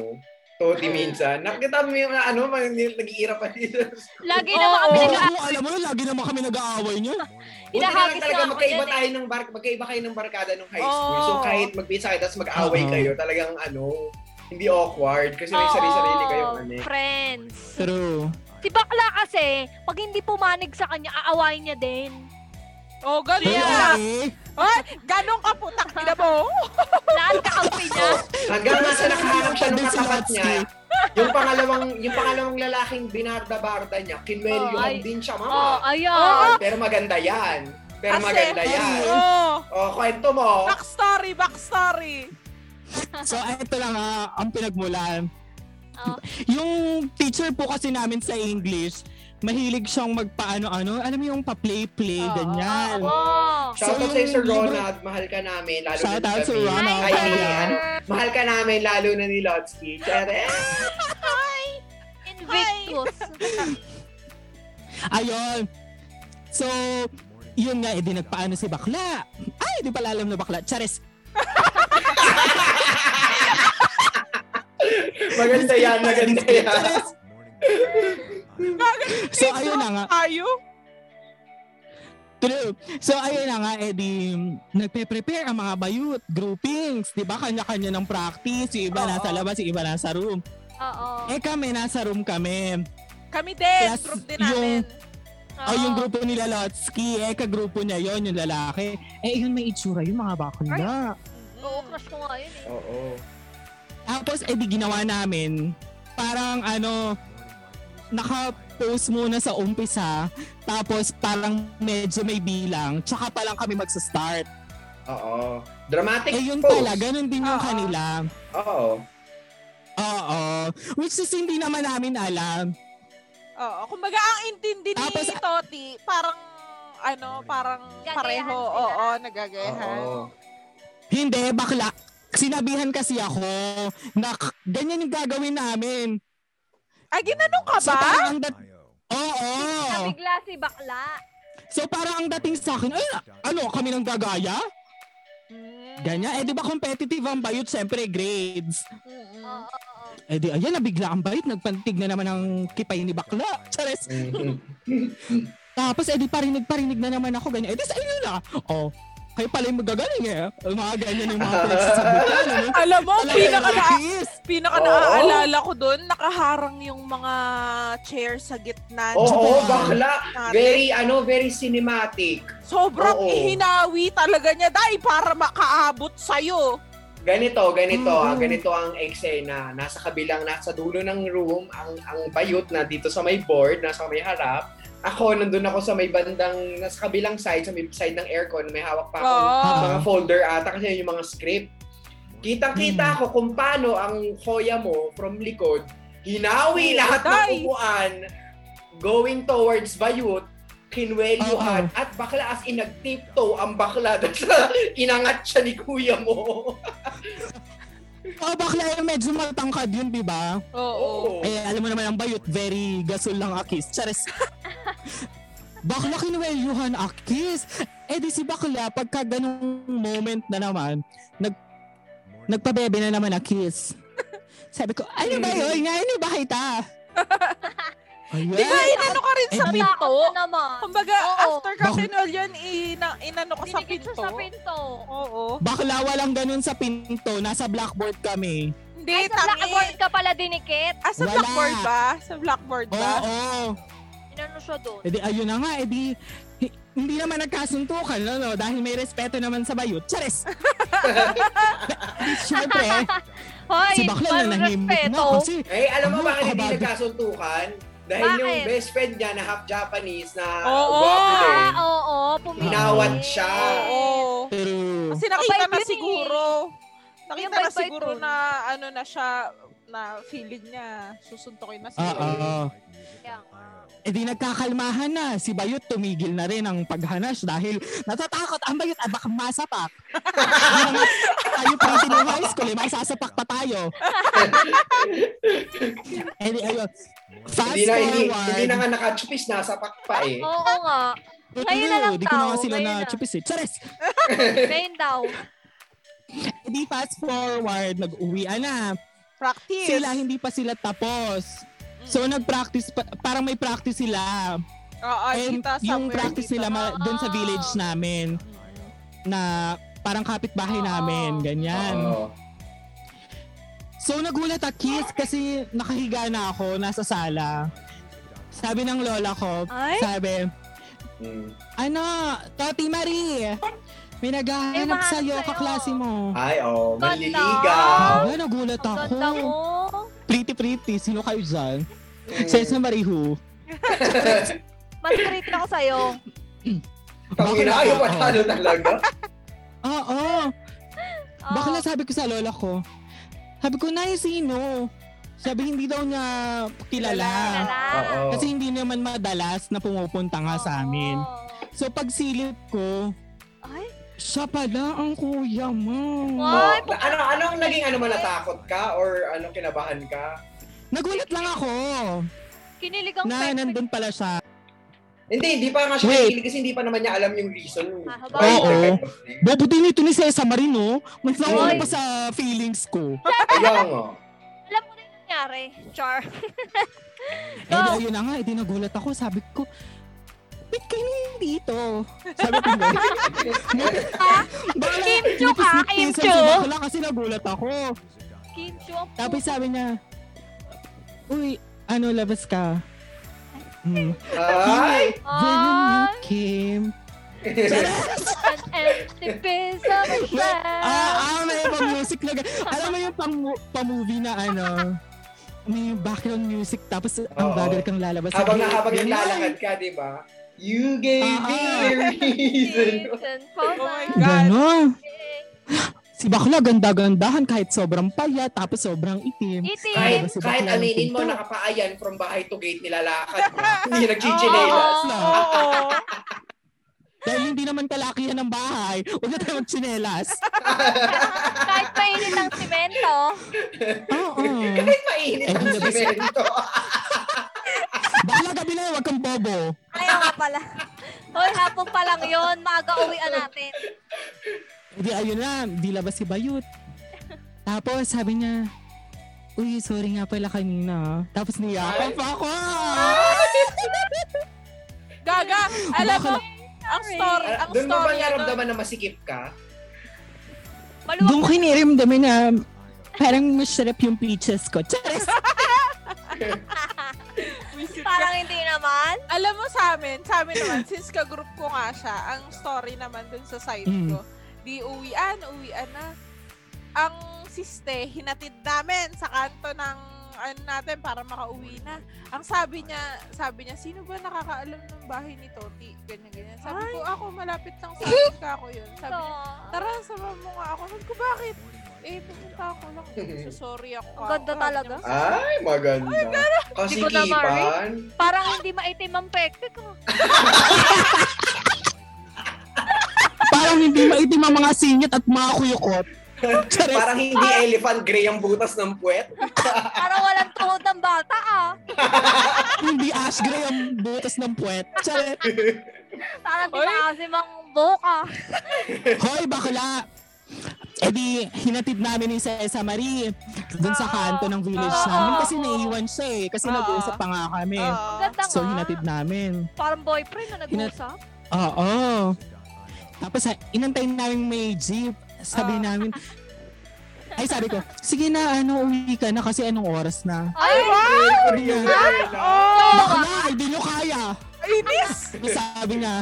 Toti Mm. minsan. Nakita mo yung ano, mga- nag-iira pa dito. Lagi naman kami Oo, nag-aaway. alam mo, lagi naman kami nag-aaway niya. Buti na lang Hinahagis talaga nga ako magkaiba dyan eh. tayo ng bar magkaiba kayo ng barkada nung high school. Oo. So kahit magpisa kayo tapos mag-away Oo. kayo, talagang ano, hindi awkward kasi may sarili-sarili kayong ano. eh. friends. True. Si Bakla kasi, pag hindi pumanig sa kanya, aawayin niya din. Oh, ganun Yeah. yeah. Ay, ganun ka, putang ina mo. Lahat kakampi niya. Hanggang nasa nakahanap siya ng Sabi si katapat niya, Lotsky. eh. yung pangalawang yung pangalawang lalaking binarda-barda niya, kinwelyohan Oo, ay- oh, din siya, Oo, mama. ayaw. Oo. Pero maganda yan. Pero Kasi- maganda yan. Oh, O, kwento mo. backstory, backstory. So, eto lang ha, ang ah, pinagmulan. Oh. Yung teacher po kasi namin sa English, mahilig siyang magpaano-ano. Alam mo yung pa-play-play, Oo, ganyan. Oo. Oh. Shout out So, kay Sir yung libro- Ronald, mahal ka namin. Lalo Shout na ni out Sir Gabi. Ronald. Ay, ni, ano, mahal ka namin, lalo na ni Lotsky. Chere! Invictus. Ayun. So, yun nga, edi nagpaano si bakla. Ay, di pala alam na bakla. Charis. Maganda yan, maganda yan. So, ayun na nga. Tayo? True. So, ayun na nga, edi nagpe-prepare ang mga bayut, groupings, di ba? Kanya-kanya ng practice. Yung iba Oo. nasa labas, yung iba nasa room. Oo. Eh kami, nasa room kami. Kami din, Plus, group din namin. yung- Oh, yung grupo nila Lotsky, eh, kagrupo niya yon yung lalaki. Eh, yun may itsura, yung mga bakla. Oo, Mm-hmm. crush ko nga yun eh. Oo. Tapos, edi ginawa namin, parang ano, naka-post muna sa umpisa, tapos parang medyo may bilang, tsaka pa lang kami magsa-start. Oo. Dramatic Eh, yun pose. pala, ganun din yung Oo. kanila. Oo. Oo. Which is hindi naman namin alam. Oo, kumbaga ang intindi ni Tapos- Toti, parang ano, parang Gagayahan pareho. sila. Oo, nagagayahan. Oo. Hindi, bakla. Sinabihan kasi ako na k- ganyan yung gagawin namin. Ay, ginanong ka So, Ah, ba? parang ang dat- Oo. Nabigla si bakla. So, parang ang dating sa akin, ay, ano, kami nang gagaya? Ganyan. Eh, di ba competitive ang bayot? Siyempre, grades. Mm-mm. Oo, oo, oo. Eh, di, ayan, nabigla ang bayot. Nagpantig na naman ang kipay ni bakla. Charis. Mhm. Tapos, eh, di parinig-parinig na naman ako. Ganyan. Eh, di sa inyo na. Oh, kayo pala yung magagaling eh. Mga ganyan yung mga pinagsasabitan. Ano? Alam mo, Talaga pinaka yung na, kiss. pinaka Oo. naaalala ko doon, nakaharang yung mga chair sa gitna. Oo, oh, ng mga bakla. natin. Very, ano, very cinematic. Sobrang Oo. ihinawi talaga niya, dahil para makaabot sa'yo. Ganito, ganito, Mm. ah, ganito ang eksena. Nasa kabilang, nasa dulo ng room, ang, ang bayot na dito sa may board, nasa may harap. Ako, nandun ako sa may bandang, nasa kabilang side, sa may side ng aircon, may hawak pa akong Oo. mga folder ata kasi yun yung mga script. Kitang-kita ako kung paano ang koya mo from likod, hinawi Oo, lahat ng Day. upuan, going towards Bayut, kinwelyuhan, Oo. at bakla as in nag-tiptoe ang bakla sa inangat siya ni kuya mo. Oh, bakla eh, medyo matangkad yun, di ba? Oo. Oo. Eh, alam mo naman ang bayot, very gasol lang akis. Charis. bakla kinuwelyuhan akis. Eh di si bakla, pagka ganung moment na naman, nag, nagpabebe na naman akis. Sabi ko, ano ba yun? Nga, ano ba kita? Di ba, Ayan. inano ka rin sa Eh, di- pinto? Takot na naman. Kumbaga, Oo. after Captain Olion, ina, inano ko sa Binigyan siya pinto. sa pinto. Oo. Bakla walang ganun sa pinto. Nasa blackboard kami. Hindi, Ay, sa tangi. blackboard ka pala dinikit. Ah, sa Wala. blackboard ba? Sa blackboard Oo. ba? Inano siya doon. Edi Eh, ayun na nga, edi hi- hindi naman nagkasuntukan, no, no? Dahil may respeto naman sa bayot. Charis! Edi, Siyempre, Hoy, si bakla walang na nahimik respeto. na kasi Eh, alam mo Ano, bakit hindi kabado? nagkasuntukan? Dahil Bakit? yung best friend niya na half Japanese na Oo. guwapo eh. Ah, din. oo, pumili. Hinawad siya. Oo. pero Kasi nakita Kabait na yun eh. siguro. Nakita Yung na bait-bait siguro nun. na ano na siya, na feeling niya. Susuntokin na oo. siguro. edi eh, nagkakalmahan na si Bayot tumigil na rin ang paghanas dahil natatakot ang Bayot at baka masapak. Hindi naman tayo pretty ng high school, eh, masasapak pa tayo. edi ayun, fast Hindi na, hindi, forward. hindi na nga nakachupis, nasa pakpa eh. Oo nga. Ngayon na lang Hindi ko na nga daw, sila ngayon na na. chupis eh. Charis! Ngayon daw. Hindi fast forward, nag-uwi na. Practice. Sila hindi pa sila tapos. Mm. So nag-practice pa- parang may practice sila. Oo, And kita eh, yung somewhere practice dito. nila ma- doon sa village Ah. namin na parang kapitbahay Oo. namin, Ah. ganyan. Oo. So nagulat at kiss kasi nakahiga na ako nasa sala. Sabi ng lola ko, Ay? sabi, Mm. ano, Toti Marie, may May naghahanap mahanap sa'yo, sa'yo." kaklase mo. Ay, oh, Ganda. manliligaw. Aba, nagulat Ang ganda mo. ako. Pretty, pretty. Sino kayo dyan? Mm. Says na Marihu. Mas treat ako sa'yo. Pag inayo pa talo talaga. Oo. Oo. Oh, Bakla sabi ko sa lola ko. Sabi ko, Nay, sino? Sabi, hindi daw niya kilala. Kilala. Oo. Kasi hindi naman madalas na pumupunta nga sa amin. Oo. So pagsilip ko, Oh. Ay, siya pala ang kuya mo. Ay, Oo. ano, ano ang naging ano mo, natakot ka? Or ano, kinabahan ka? Nagulat lang ako kinilig ang na perfect. nandun pala siya. Hindi, hindi pa nga siya Wait. nakikinig kasi hindi pa naman niya alam yung reason. Ah, why oo. the kind of thing. Babuti nito ni Cesar Marino. Mas nauna Oy. pa sa feelings ko. Ayun, oh. Alam mo na yung nangyari, Char. Eh, di, ayun na nga, eh, di nagulat ako. Sabi ko, wait, kayo na yun dito. Sabi ko, bakit? Kim Chu ka, Kim Chu. Wala kasi nagulat ako. Kim Chu ang Tapos sabi niya, uy, ano, labas ka. Hmm. Ay! Then, Ay, Kim. an empty piece of a shell. Ah, ah, may pang music na gan- Alam mo yung pang, pang-movie na ano, may background music tapos ang Oo. bagal kang lalabas. Habang na Sabi, habang "Ganyan." naglalakad ka, di ba? You gave me a reason. Season for Oh my my God. Ganon. day. Si bakla, ganda-gandahan kahit sobrang paya tapos sobrang itim. Kahit, Itim. Diba si kahit Bakla aminin mo, nagpunta? nakapaayan from bahay to gate nilalakad mo. Hindi nagchichinelas. na. Oo. Dahil hindi naman kalakihan ng bahay, huwag na tayo magsinelas. Kahit mainit ang simento. Oo. Kahit mainit ang Ay, labas. simento. Bakla gabi na, huwag kang bobo. Ayaw nga pala. Hoy, hapon pa lang yun. Maaga uwian natin. Hindi, ayun na, di labas si Bayut. Tapos sabi niya, Uy, sorry nga pala kanina. ah." Tapos niyakan pa ako. Gaga, alam mo, ang story, Ah, ang Doon mo ba story, ano, naramdaman na masikip ka? Maluwag. Doon ko inirimdami na parang masarap yung peaches ko. Charis! wisip ka. Parang hindi naman. alam mo sa amin, sa amin naman, since ka-group ko nga siya, ang story naman dun sa side Mm. ko, di uwian, uwian na. Ang siste, hinatid namin sa kanto ng ano natin para makauwi na. Ang sabi niya, sabi niya, sino ba nakakaalam ng bahay ni Toti? Ganyan, ganyan. Sabi ko, ako, malapit lang sa akin ka ako yun. Sabi niya, Ito. tara, sama mo nga ako. Sabi ko, bakit? Eh, pupunta ako lang. So, sorry ako. ah. Ang ganda Sabi niya, talaga. Ay, maganda. Hindi ko na ma-read. Kasikipan. Parang hindi maitim ang peke ko. parang hindi maitim ang mga singit at mga kuyukot. Charis! Parang hindi elephant gray ang butas ng puwet. Parang walang tuhod ng bata ah. hindi ash gray ang butas ng puwet. Charis! Parang Hoy. tinakasim ang buhok ah. Hoy, bakla! E di, hinatid namin ni Cesa Marie dun sa Oo. kanto ng village Oo. namin kasi naiwan siya eh. Kasi Oo. nag-uusap pa nga kami. Oo. Ganda So, nga. hinatid namin. Parang boyfriend na nag-usap. Oo. Tapos ha, inantay namin may jeep. Sabi Oo. namin, ay sabi ko, sige na, ano, uwi ka na kasi anong oras na. Ay, ah. Sabi Ah, niya, Oh, bakla, hindi nyo kaya. inis! Tapos Sabi niya,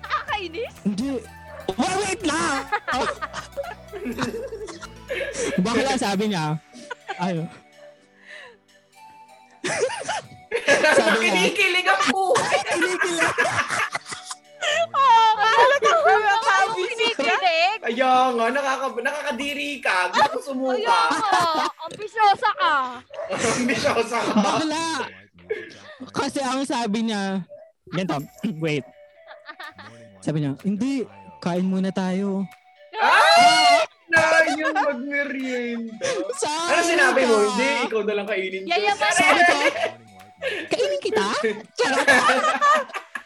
nakakainis. Hindi. Wait, wait lang! Bakla sabi niya, ano, Sabi niya. Kinikilig ang buhay. kinikila. Oo, kalat ako na Parang sabi siya. ah. kinikilig. Kaya nga, nakaka, nakakadiri ka. Gusto ko Kaya sumuka. ang ambisyosa ka. Ambisyosa ka. Bakla! Kasi ang sabi niya, ganito, wait. Sabi niya, hindi, kain muna tayo. na yung magmerienda. Sabi Ano sinabi mo? niya, Hindi, ikaw na lang kainin. ko. Yayaman Sabi ko, kainin kita? Charot.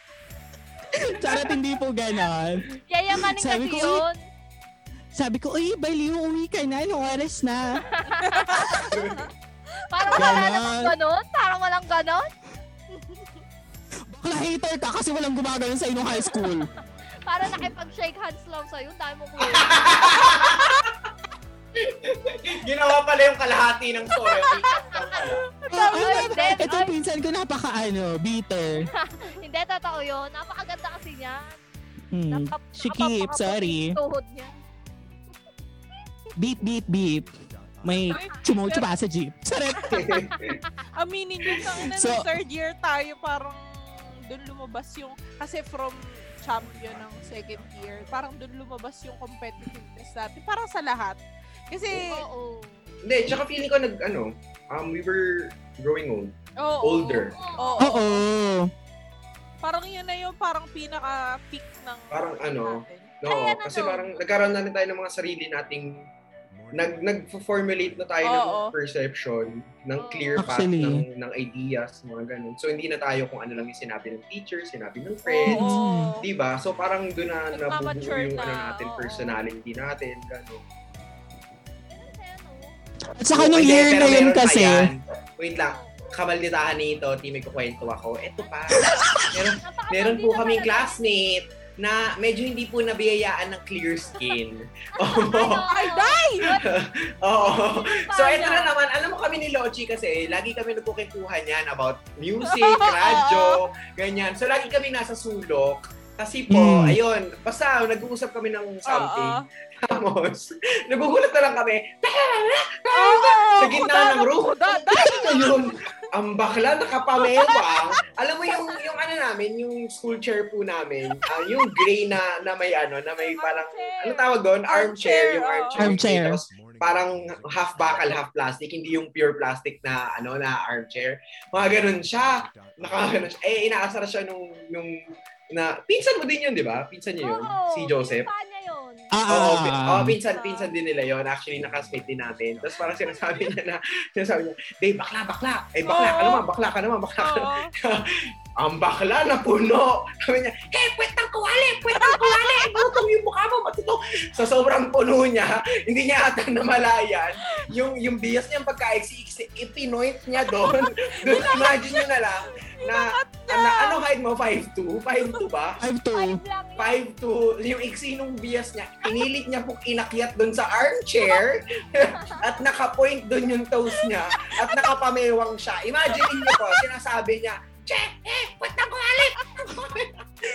Charot, hindi po ganon. Yayamanin Sabi kasi ko, yun. Sabi ko, uy, baliw, uwi ka na, anong oras na? Parang wala Ganon. namang ganon. Parang walang ganon. Bakla hater ka kasi walang gumagano sa inyong high school. Parang nakipag-shake hands lang sa'yo. Ang dami mo kuya. Ginawa pala yung kalahati ng story. Ah, Ay, ah, then, Ito ay. pinsan ko napaka ano, bitter. Hindi, totoo yun. Napakaganda kasi niya. Hmm. Nakap- Shikip, nakapakaputi sorry. yung Tuhod niya. Beep, beep, beep. May tsumotsuba sa jeep. Saret. Aminin yung tangina So- nung third year tayo parang doon lumabas yung kasi from champion ng second year, parang doon lumabas yung competitiveness natin. Parang sa lahat. Kasi, Oo. Hindi, tsaka feeling ko nag, ano, um, we were growing old. oo. Older. Oh. Oo. Oo. Parang yun na yung parang pinaka-peak ng... Parang ano, natin. No, Kaya na kasi to. parang nagkaroon na rin tayo ng mga sarili nating nag nag-formulate na tayo Oo. ng perception, ng Oo. clear path Actually. ng, ng ideas, mga ganun. So hindi na tayo kung ano lang yung sinabi ng teacher, sinabi ng friends, Mm. Oo. di ba? So parang doon na nabubuo Nagmamature yung na, ano natin, oo. personality natin, ganun. Ganun siya, no? At saka nung Hindi, year pero na yun meron pa kasi, yan. Wait lang, kamalditahan nito, di may kukwento ako. Eto pa. meron, Napakatindi meron po na kaming talaga. classmate na medyo hindi po nabiyayaan ng clear skin. Oo. Ano? Ay, die! Oo. So, Parang- ito na naman. Alam mo kami ni Lochi kasi, lagi kami nagkukintuhan yan about music, radyo, ganyan. So, lagi kami nasa sulok. Kasi po, Mm. ayun, basta nag-uusap kami ng something. Oo. Tapos, nagugulat na lang kami. Oo. Ah, Sa gitna ng room. Kuda, kuda, die! Ayun, ang bakla nakapamewang. Alam mo yung yung ano namin, yung school chair po namin, ah, yung gray na na may ano, na may parang ano tawag doon? Armchair, yung armchair. Armchair. Tapos parang half bakal, half plastic, hindi yung pure plastic na ano na armchair. Mga ganun siya. Naka, ano siya. Eh, inaasar siya nung, nung na, pinsan mo din yun, di ba? Pinsan niya yun, Oo, si Joseph. yung paa niya yun. ah, ah, Oo, ah, pi- ah. oo, pinsan, pinsan din nila yon Actually, nakasmate din natin. Tapos parang sinasabi niya na, sinasabi niya, Dave, bakla, bakla. Eh, bakla ka Oo. naman, bakla ka naman, bakla ka naman. Oo. Ang bakla na puno. Sabi niya, eh, pwetang kuwali, pwetang kuwali. Gutom yung mukha mo, matutong. Sa sobrang puno niya, hindi niya ata namalayan. Yung, yung bias niya, pagka-iksi-iksi, ipinoint niya doon. Doon, imagine niyo na lang, na, na ano height mo, 5'2"? 5'2 ba? Five to. Five lang yun. 5'2", yung iksi nung bias niya, pinilit niya pong inakyat doon sa armchair at nakapoint doon yung toes niya at nakapamewang siya. Imagine niyo po, sinasabi niya, Che, eh, ba't na kuhalik?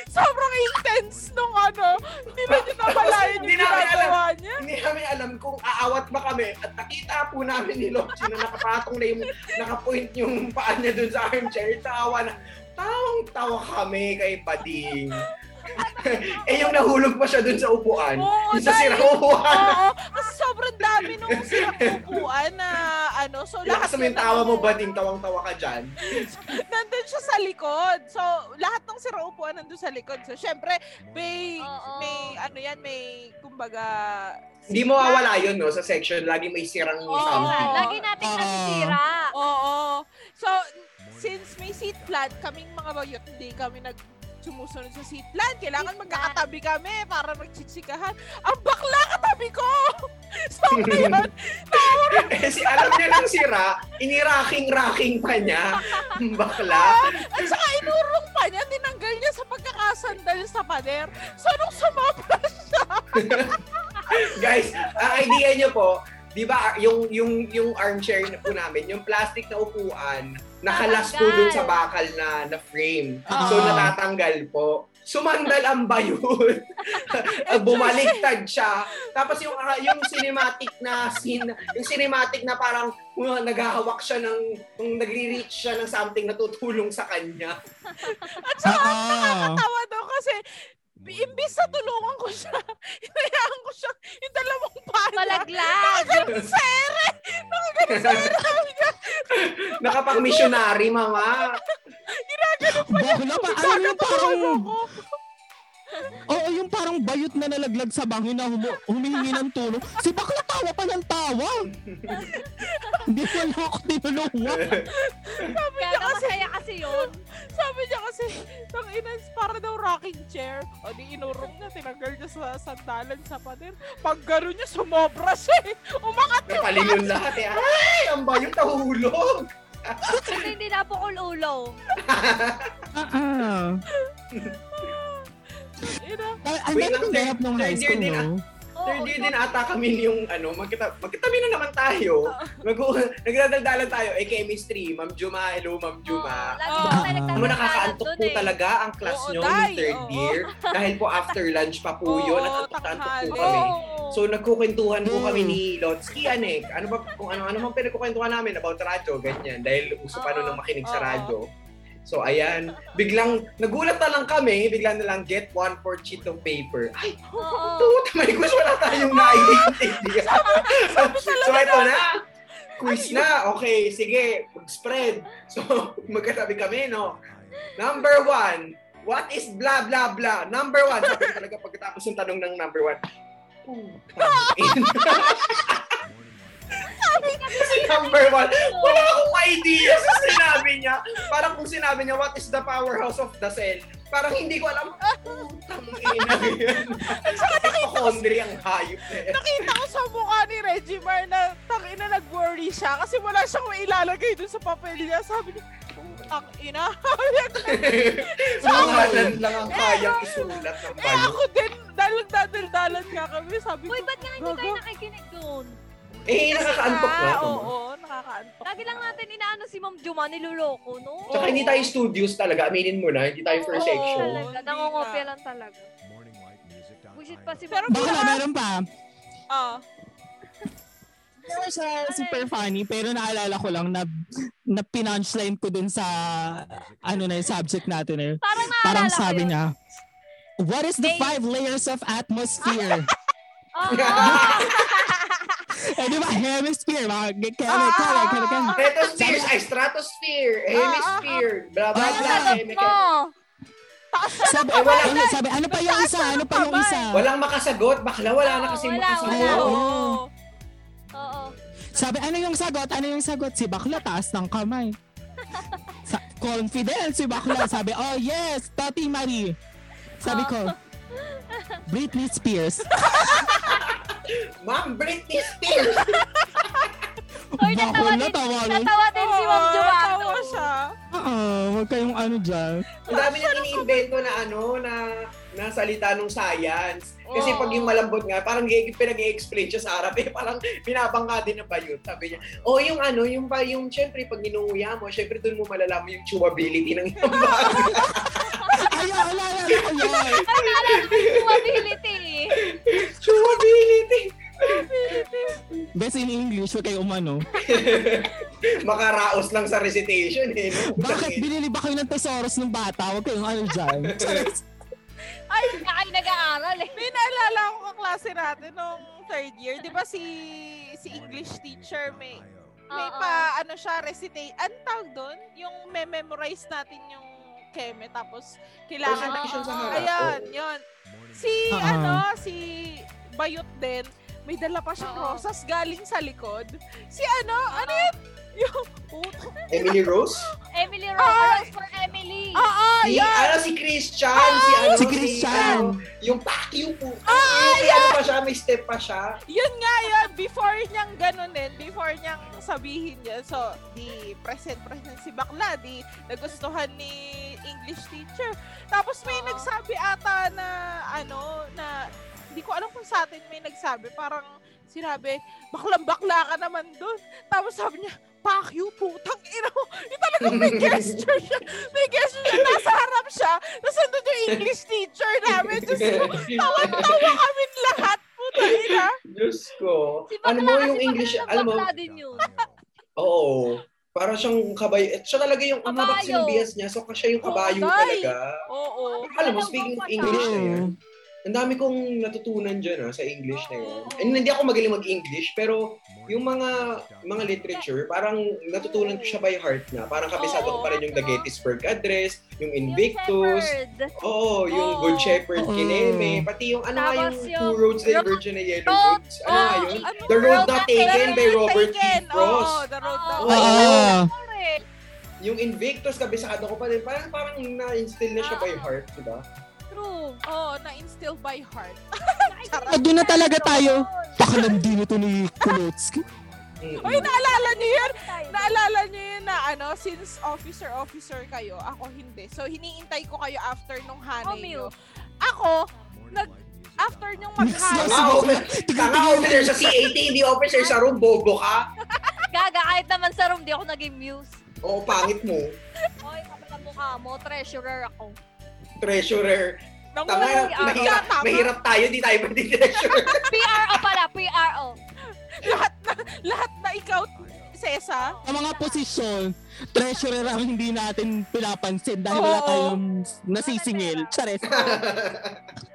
Sobrang intense nung ano. Hindi na niya namalayan yung Hindi namin alam. ginagawa niya. Hindi namin alam kung aawat ba kami at nakita po namin ni Lochi na nakapatong na yung nakapoint yung paa niya doon sa armchair. Tawa na, tawang-tawa kami kay Pading. eh, yung nahulog pa siya doon sa upuan. Oo, Isa dahil- sira upuan. Oo, kasi sobrang dami nung sinapupuan na ano. So, Lakas lahat sa yung yun- tawa mo, bating tawang-tawa ka dyan. Nandun siya sa likod. So, lahat ng siraupuan nandun sa likod. So, syempre, may, Oo. may, ano yan, may, kumbaga, Hindi mo mawawala yun, no? Sa section, lagi may sirang Oo. Oo, something. Lagi natin Oo. nasisira. Oo. So, since may seat plan, kaming mga bayot, hindi kami nag sumusunod sa seat plan. Kailangan Seat magkakatabi kami para magchichikahan. Ang bakla katabi ko! So, ngayon, Kasi Eh, alam niya ng sira, iniracking-racking pa niya. Ang Bakla. at saka inurong pa niya, tinanggal niya sa pagkakasandal sa pader. So, nung sumabra siya, Guys, ang idea niyo po, di ba, yung, yung, yung armchair na po namin, yung plastic na upuan, nakalas po dun sa bakal na, na frame. So, Ah. natatanggal po. Sumandal ang bayot. At Bumaliktad siya. Tapos yung ah, yung cinematic na scene, yung cinematic na parang uh, naghahawak siya ng, yung nagre-reach siya ng something na tutulong sa kanya. at saka Ah, ang ah. nakakatawa daw kasi imbis na tulungan ko siya, hinayaan ko siya yung dalawang paa niya. Malaglag. Nakaganon sa ere! Nakaganon sa ere! Nakapag-missionary, mama. Bakla pa. Alam mo, Ano parang, Nakaganon ako. oo, yung parang bayot na nalaglag sa bangin na humu- humihingi ng tulong. Si bakla tawa pa ng tawa. Hindi ko na ako tinulungan. Kaya Kasi- masaya kasi yun. Sabi niya kasi, tang inans para daw rocking chair. O di inurong niya, tinanggal niya sa sandalan sa pader. Pag gano'n niya, sumobra siya eh. Umakat yung Napalingon lahat eh. Ay, ang bayot nahulog. Kasi hindi na po ulo. Ah, ah. ina. Ay, Ang dami Wait lang, kong third- ganap nung high third year school, din ah. no? Oo, Third year din ata kami yung ano, magkita magkitabi na naman tayo. Mag nagdadaldalan tayo. Eh, chemistry. Ma'am Juma, hello, Ma'am Juma. Lagi Oo. po tayo Alam mo, Ano, nakakaantok nagtatagalan po dun eh. talaga ang class Oo, nyo day, ng third oo. year. Dahil po after lunch pa po Oo, yun at antok-antok po tanghali. kami. Oo. So, nagkukwentuhan po Mm. kami ni Lotsky, Anek. Ano ba, kung ano-ano mang pinagkukwentuhan namin about radyo, ganyan. Dahil uso pa nun Oo, ng makinig sa oo. radyo. So ayan, biglang nagulat na lang kami, biglang na lang get one for sheet of paper. Ay, Oo. puta, may quiz wala tayong naiintindihan. so ito na, quiz na. Okay, sige, mag-spread. So magkatabi kami, no? Number one, what is blah blah blah? Number one, sabi ko talaga pagkatapos ng tanong ng number one. Puta. Kasi number one, wala akong idea sa sinabi niya. Parang kung sinabi niya, what is the powerhouse of the cell? Parang hindi ko alam, putang ina yun. Hypochondriac ang hayop eh. na yun. Nakita ko sa mukha ni Reggie Mar na tangina nag-worry siya kasi wala siyang mailalagay dun sa papel niya. Sabi niya, ang ina. Pangalan lang ang kayang isulat ng Ano? eh bayo. ako din, dahil nagdadaldalan nga kami. Sabi ko, Uy, ba't nga hindi tayo "Gago." nakikinig doon? Eh, nakakaantok na. Ah, ako. Oo, nakakaantok. Lagi lang natin inaano si Ma'am Juma, niloloko, no? Tsaka hindi tayo studios talaga, aminin mo na, hindi tayo Oo, first section. Talaga, nangongopya lang talaga. Bullshit pa si Pero Ma'am Baka na, meron pa. Ah. Meron siya super funny, pero naalala ko lang na, na pinunchline ko dun sa ano na yung subject natin eh. Parang naalala Parang ko sabi yun. niya, What is the May- five layers of atmosphere? Oo. eh, di ba? Hemisphere. Mga g- chemical. Ah! eh, chemical. Stratosphere, ay, Ah, stratosphere, hemisphere, blah, Ah, blah, blah, Sagot chemical. mo. Sabi, Eh, wala ano, sabi, ano pa yung isa? Ano pa yung isa? Walang makasagot, bakla wala na kasi Oo, wala, makasagot. wala. Oo. Oo. Sabi, ano yung sagot? Ano yung sagot? Si bakla, taas ng kamay. Sa, confident si bakla. Sabi, oh yes, Tati Marie. Sabi ko, Oh. Britney Spears. Ma'am Britney Spears! Uy, natawa Bakla, din, tawa nun. natawa din si Ma'am Juma. tawa siya. Oo, huwag kayong ano dyan. Ang dami na iniimbento na ano, na, na salita ng science. Kasi Oo. pag Oh. yung malambot nga, parang gi- pinag-i-explain siya sa Arab, eh, parang binabangka din na ba yun? Sabi niya, o yung ano, yung pa, yung syempre, pag inuuya mo, syempre doon mo malalaman yung chewability ng isang bagay. Ay, alala ko yun. Ay, naalala ko yung ability. chewability! Best in English, huwag kayong umano. Makaraos lang sa recitation eh. no? Bakit binili ba kayo ng thesaurus ng bata? Huwag kayong ano dyan. Ay, hindi kayo nag-aaral eh. May naalala ko kaklase natin nung third year. Di ba si si English teacher may may Oo. pa ano siya recitate. Ang tawag doon, yung may memorize natin yung keme tapos kailangan Presentation sa harap. Ayan, Oo. yun. Si Oo. ano, si Bayot din, may dala pa siyang Oo. rosas galing sa likod. Si ano, ano yun? Yung puto. Emily Rose? Emily Rose, Ay. Rose for Emily. Oo, oh, Si, ano, si Christian, si ano, Si Christian. ano, yung paki, yung puto. Ah, ano pa siya, may step pa siya. Yun nga yun, before niyang ganunin, before niyang sabihin yun, so, di present present si Bakla, di nagustuhan ni English teacher. Tapos may Oo. nagsabi ata na, ano, na, di ko alam kung sa atin may nagsabi, parang sinabi, baklang bakla ka naman dun. Tapos sabi niya, fuck you, putang ina mo. Yung talagang may gesture siya. May gesture siya. Nasa harap siya. Tapos nandun yung English teacher namin. Diyos ko, tawa-tawa kami lahat. Puta ina. Diyos ko. Si Ano mo Bakla yung kasi English, bakla alam mo, bakla din yun. oo. Para siyang kabayo. Siya talaga yung ang haba kasi ng Kabayo. bias niya. So, kasi yung Oo, kabayo dai. talaga. Oo. Alam mo, speaking of English na yan, ang dami kong natutunan dyan ah, sa English na yan. Oo. And hindi ako magaling mag-English, pero yung mga mga literature, parang natutunan ko siya by heart na. Parang kabisado ko Oo, pa rin yung The oo. Gettysburg Address, yung Yung Invictus, shepherd. Oo, yung Oo. Good Shepherd, Oo. Kineme, pati yung ano nga yung Tapos Two yung- Roads That Road- Virgin and Yellow Road- Woods. Ano nga Oo, yun? ano The yung Road Road Not Not Taken Taken by Robert E. T. Taken. Oo, Frost. the road not Ah, Oo. taken. Oo. Correct. Yung Invictus, kabisado ko pa din. Parang, parang na-instill na siya Ah. by heart, di ba? True. Oo, na-instill by heart. Ah, doon na talaga tayo. Pakalam din ito ni Kulotsky. Mm-mm. Uy, naalala niyo yun? Tayo. Naalala niyo yun na ano, since officer-officer kayo, ako hindi. So, hiniintay ko kayo after nung Oh, hanay meal. niyo. Ako, nag, after nung maghanay, Tanga, officer- Tanga officer sa C-18, hindi officer sa room, bobo ka. Gaga, kahit naman sa room, di ako naging muse. Oo, pangit mo. Oy, kapag mukha mo, treasurer ako. Treasurer. nang Tanga, Uy, ah, mahirap, Ano tama. mahirap tayo, di tayo pwede treasurer. PRO pala, PRO. lahat na, lahat na ikaw, prinsesa. Sa mga posisyon, treasurer ang hindi natin pinapansin dahil Oo. wala tayong nasisingil. Charis.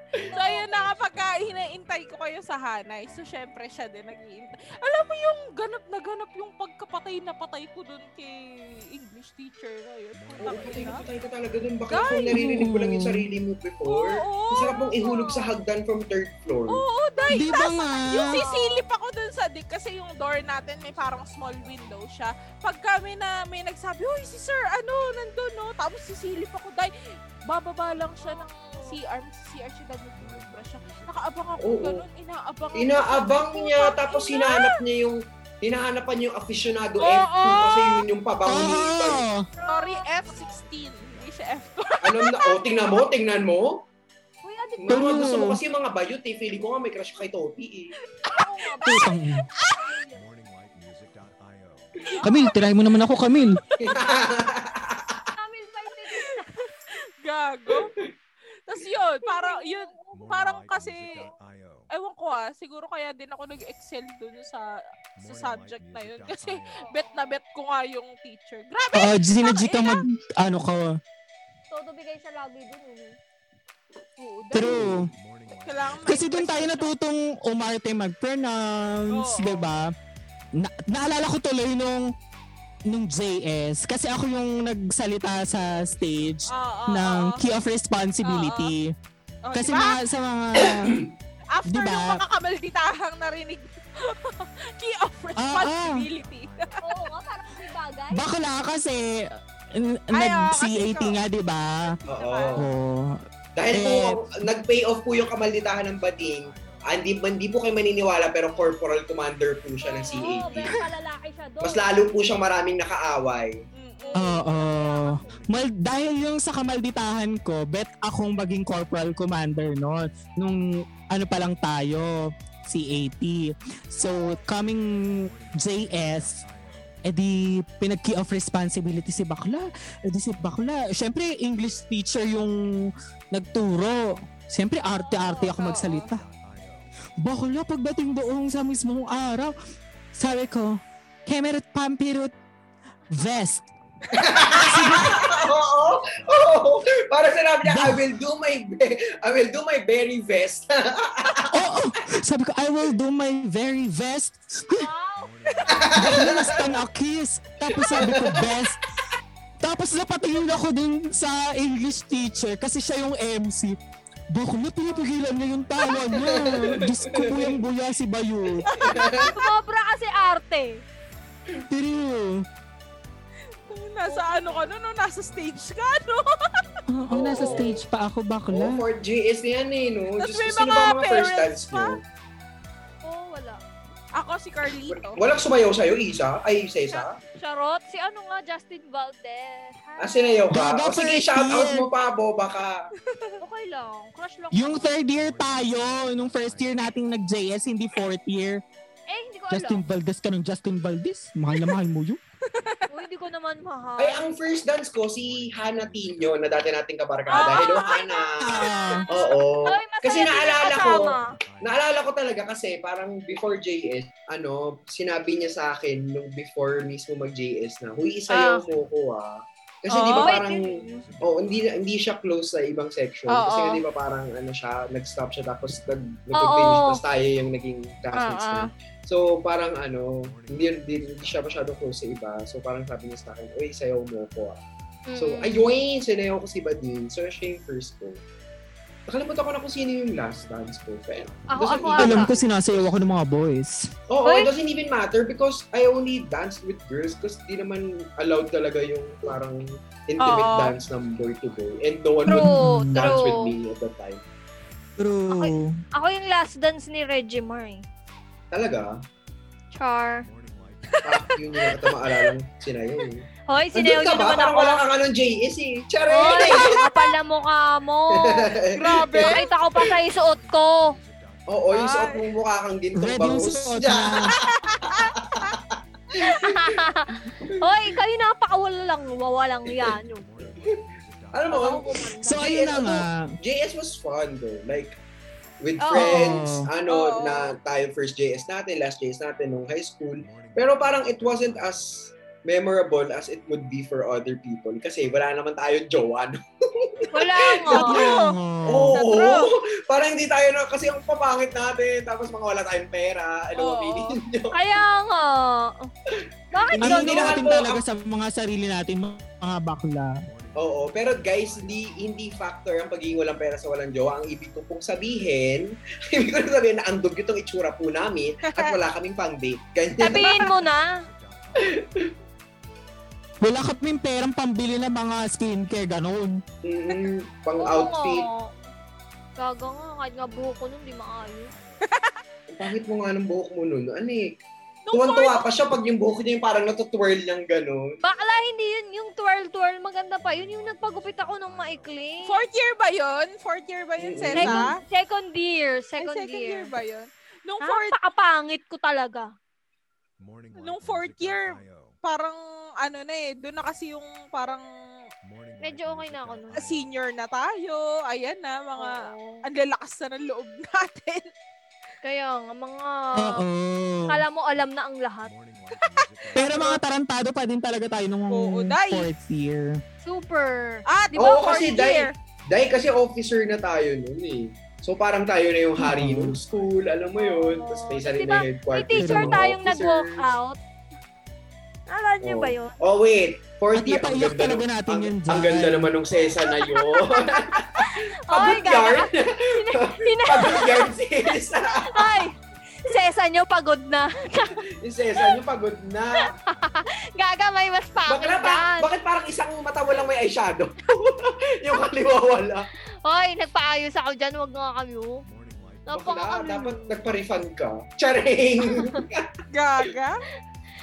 So, ayun na kapag ka hinaintay ko kayo sa Hanay, so syempre siya din nag-iintay. Alam mo yung ganap na ganap yung pagkapatay na patay ko dun kay English teacher na yun. Oo, Putang patay ina. ka, patay ka talaga dun. Baka Guys! kung naririnig ko lang yung sarili mo Oo, before. oo. Ang sarap mong ihulog sa hagdan from third floor. Oo, oo, dahil Di ba tas- nga? Yung sisilip ako dun sa dik kasi yung door natin may parang small window siya. Pag kami na may nagsabi, Uy, si sir, ano, nandun, no? Tapos sisilip ako dahil bababa lang siya ng CR. Sa CR siya dahil nagbubra siya. Nakaabang ako Oo. ganun, inaabang ako. Inaabang Sabi ko, niya, "Putang tapos ina." hinahanap niya yung hinahanap pa niya yung aficionado ah? Oo. F2 kasi yun yung pabaw ni Ipan. Oo! Sorry, F-16. Hindi siya F-12. Alam na, oh, tingnan mo, tingnan mo. Uy, ah, adik Mga True. gusto mo kasi yung mga bayot eh. Feeling ko nga may crush ka kay Topi eh. ko nga ba? Putang. Kamil, tirahin mo naman ako, Kamil. Kamil pa eh. yung Gago. Tapos yun, parang, yun, Parang kasi, ewan ko ah, siguro kaya din ako nag-excel dun sa, sa subject na yun. Kasi, bet na bet ko nga yung teacher. Grabe! Oo, sinaji ka mag, ano ka. Todo bigay siya lagi dun eh. Oo, dahil- True. Kailangan may Kasi doon tayo natutong umarte mag-pronounce, Oo. 'di ba? Na- naalala ko tuloy nung nung JS kasi ako yung nagsalita sa stage Oo, oo, ng oo. key of responsibility. Oo, Kasi diba? mga, sa mga after diba? yung mga kamalditahang narinig, key Ah, of responsibility. Oo nga, parang hindi bagay. bakla kasi n- Ay, oo, kasi nag-CAT ikaw- nga, diba? 'di ba? Oo. Oo. Diba? Dahil po, Eh. nag-pay off po yung kamalditahan ng bating. Ah, Hindi, hindi po kayo maniniwala pero corporal commander po siya ng Ah, Oo, CAT. pero palalaki siya doon. Mas lalo po siyang maraming nakaaway. Mm-mm. Oo. Mal- dahil yung sa kamalditahan ko, bet akong maging corporal commander noon. Nung ano pa lang tayo, CAT. So, coming JS, edi pinag-key of responsibility si Bakla. Edi si Bakla, syempre English teacher yung nagturo. Siyempre, arte-arte ako Oo, oo. magsalita. Bakla, pagdating doon sa mismong araw, sabi ko, Kemerut Pampirut Vest. Oo, oo. Para sinabi niya, I will do my be- I will do my very best. Oo! Sabi ko, I will do my very best. Wow! Last time a kiss. Tapos sabi ko, best. Tapos napatingin ako dun sa English teacher kasi siya yung MC. Bakla, pinapigilan niya yung tawa niya. Diyos ko, buyang-buya si Bayo. Sobra kasi arte. Tiriyo. Nasa ano ka, no, no, nasa stage ka, no? Oo, nasa stage pa ako, Oo, bakla. for JS na yan eh, no? Tapos Diyos may ko, sino ba mga ang mga first parents times pa. mo? Oo, wala. Ako si Carlito. Walang sumayaw sa'yo, Isa? Ay, Sesa? Charot, si ano nga, Justin Valdez. Hi. Ah, sinayaw ka? Gaga O sige, first shout out year. mo pa, Bo, baka. Okay lang, crush lang. Yung ako. third year tayo, nung first year nating nag-JS, hindi fourth year. Eh, hindi ko Justin alam. Valdez ka ng Justin Valdez. Mahal na mahal mo yun. Uy, hindi ko naman mahal. Ay, ano ang first dance ko, si Hana Tino, na dati nating Ah, kabarkada. Hello, Hana. Ah. Oo. Ay, masaya Kasi din yung naalala ko, kasama. Ah. Naalala ko talaga kasi parang before JS, ano, sinabi niya sa akin nung before mismo mag-JS na, huy, isayaw Ah. mo ko ah. Kasi di ba Oh. parang, oh, hindi, hindi siya close sa ibang section. Oo. Kasi nga di ba parang ano siya, nag-stop siya tapos nag, nag-finish. Oo. Tapos tayo yung naging classmates Ah, niya. So parang ano, hindi, hindi, hindi siya masyado close sa iba. So parang sabi niya sa akin, uy, sayaw mo ko ah. So, Mm. Mm-mm. ayun, sinayaw ko si Badin. So, siya yung first ko. Nakalimutan ko na kung sino yung last dance ko. Pero, Ako, doesn't ako, even- ako. Alam ko, sinasayaw ako ng mga boys. Oo, it Ay! doesn't even matter because I only danced with girls kasi di naman allowed talaga yung parang intimate Oo. dance ng boy to boy. And no one would True, Mm, dance true. with me at that time. True. Okay. Ako yung last dance ni Regimar eh. Talaga, Char. ah, yun yung nakatamaalala ng sinayo. eh. Hoy, Andun sinayaw ka ba? niyo naman Parang ako. wala kang anong JS eh. Tsare! Hoy, kapal na mukha mo. Grabe. Nakita ko pa sa isuot ko. Oo, yung suot mong mukha kang gintong Red yung bangus. suot niya. Yeah. Hoy, kayo napakawala lang. Wawalang yan. Yung- Alam mo, Ako, kumanda. So, ayun na nga. JS was fun though. Like, with Oo. friends, ano, Oo. na tayo first JS natin, last JS natin nung high school. Pero parang it wasn't as memorable as it would be for other people kasi wala naman tayong jowa. no? Wala mo. oh. Oo. Sa true. parang hindi tayo na, kasi ang papangit natin, tapos mga wala tayong pera. Ano, Oo. opinion nyo? Kaya nga. Bakit Ang Ganun. hindi Kailangan natin mo- talaga sa mga sarili natin, mga bakla. Oo, pero guys, hindi hindi factor ang pagiging walang pera sa walang jowa. Ang ibig ko pong sabihin, ibig ko na sabihin na andog itong itsura po namin at wala kaming pang date. Ganyan. Sabihin mo na. Wala kaming perang pambili ng mga skincare, ganun. Mm, pang Oo outfit. nga. Gaga nga, kahit nga buho ko nun, di maayos. Bakit mo nga ng buhok mo nun? Ano eh? Nung Tuwan-tuwa pa siya pag yung buhok niya yung parang natutwirl niyang gano'n. Bakla hindi yun, yung twirl-twirl, maganda pa. Yun yung nagpagupit ako ng maikli. Fourth year ba yun? Fourth year ba yun, Mm. Sesa? second, second year, Ay, second, year. ba yun? Nung fourth, Napakapangit ko talaga. Nung fourth year, parang ano na eh, doon na kasi yung parang Medyo okay na ako nun. senior na tayo. Ayan na, mga, Oo. ang lalakas na ng loob natin. Kaya nga, mga... Oo. Ah. Kala mo alam na ang lahat. Pero mga tarantado pa din talaga tayo nung Oo, dahil- fourth year. Super. At, Di ba Oo, Ah, fourth kasi year? dahil, dahil kasi officer na tayo nun eh. So parang tayo na yung hari Oo. ng school, alam mo yun. Oo. Tapos may sarili Diba, na May headquarters. teacher ng mga tayong nag-walk officers. out. Alam niyo Oo. ba yun? Oh wait, fourth At year. Ang napaiyak ganda talaga naman- natin ang- yun Ang dyan. ganda naman nung sesa na yun. Pagod Ay, gaga. yarn. Sina- Pagod yarn sesa. Ay! Sesa nyo, pagod na. Yung sesa niyo pagod na. Gaga, may mas pangit Bakla pa, dyan. bakit parang isang mata walang may eyeshadow? yung kaliwa wala. Hoy, nagpaayos ako dyan. Huwag nga oh. kayo. Bakla, Napaka dapat nagpa-refund ka. Charing! Gaga.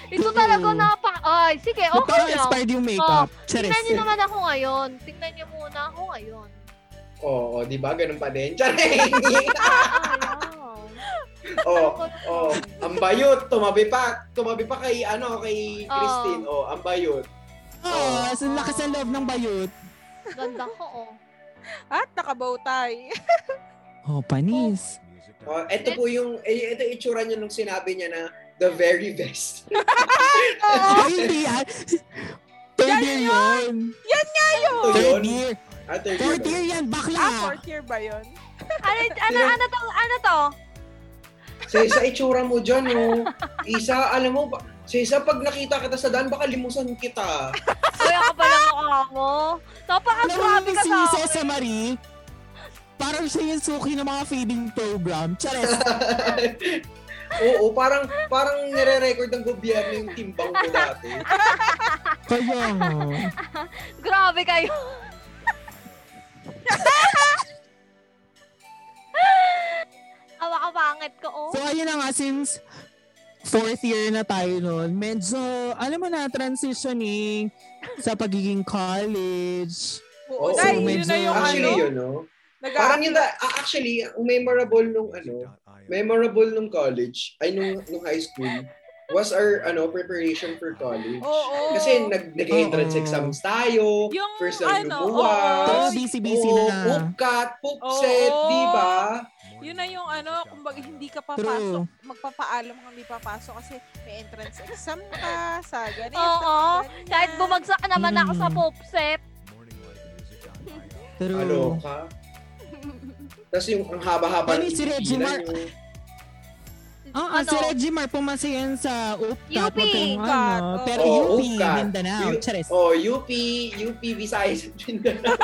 Ito talaga True. napaka... Ay, sige, okay lang. Nagpaka-expired yung makeup. Charis. Tingnan niyo naman ako ngayon. Tingnan niyo muna ako ngayon. Oo, oh, di ba? Ganun pa din. Charing! Ah, Ayaw. Oo, oo. Oh, Ang bayot, tumabi pa. Tumabi pa kay, ano, kay Christine. Oo, ang bayot. Oo, so lakas ng loob ng bayot. Ganda ko, oh. At nakabow tie. Oh, panis. Oh, ito po yung, eh, ito yung itsura niya nung sinabi niya na the very best. Oo. Ay, hindi ah. Third year yun. Ito Third yun. year. Ah, third year. Third year yan, Ah, bakla. fourth year ba yun? Ano, ano, Sila- ano to? Ano to? Sa isa itsura mo dyan, oh. Isa, alam mo, ba- sa isa pag nakita kita sa daan, baka limusan kita. Kuya ka pala mukha mo. Alam mo Napaka-grabe yung Ah, ka si sa Sesa Marie, parang siya yung suki ng mga feeding program. Charis. Oo, parang parang nire-record ng gobyerno yung timbang ko dati. Kaya nga. Grabe kayo. Awa ka pangit ko, oh. So, ayun na nga, since fourth year na tayo noon, medyo, alam mo na, transitioning sa pagiging college. Oo, Oo, dahil medyo- yun na yung Actually, ano. yun, no? Nag- Parang yun, na- ah, actually, ang memorable nung, ano, memorable nung college, ay nung, nung high school, was our, ano, preparation for college. Oo. Kasi Oh. nag, nag-entrance Oo. exams tayo, Yung first time ano, Oo, lumuwas, busy-busy oh, oo, na. pupkat, pupset, Oo. di ba? Yun na yung ano, kumbaga hindi ka papasok, True. magpapaalam kung hindi papasok kasi may entrance exam ka, sa ganito. Oo. ganyan. Kahit bumagsak naman ako sa Hmm. popsep. Pero, Ano ka? Tapos yung ang haba-haba Ano ng yung si Reggie pipilan Mar- yung- Ah, ah, Ano? si Reggie Mar pumasa yan sa UPCAT. UP. wag kayong ano. Oh, UPCAT, Pero oo. UP, UPCAT. Mindanao. U- Charis. Oh, UP, UP Visayas at Mindanao.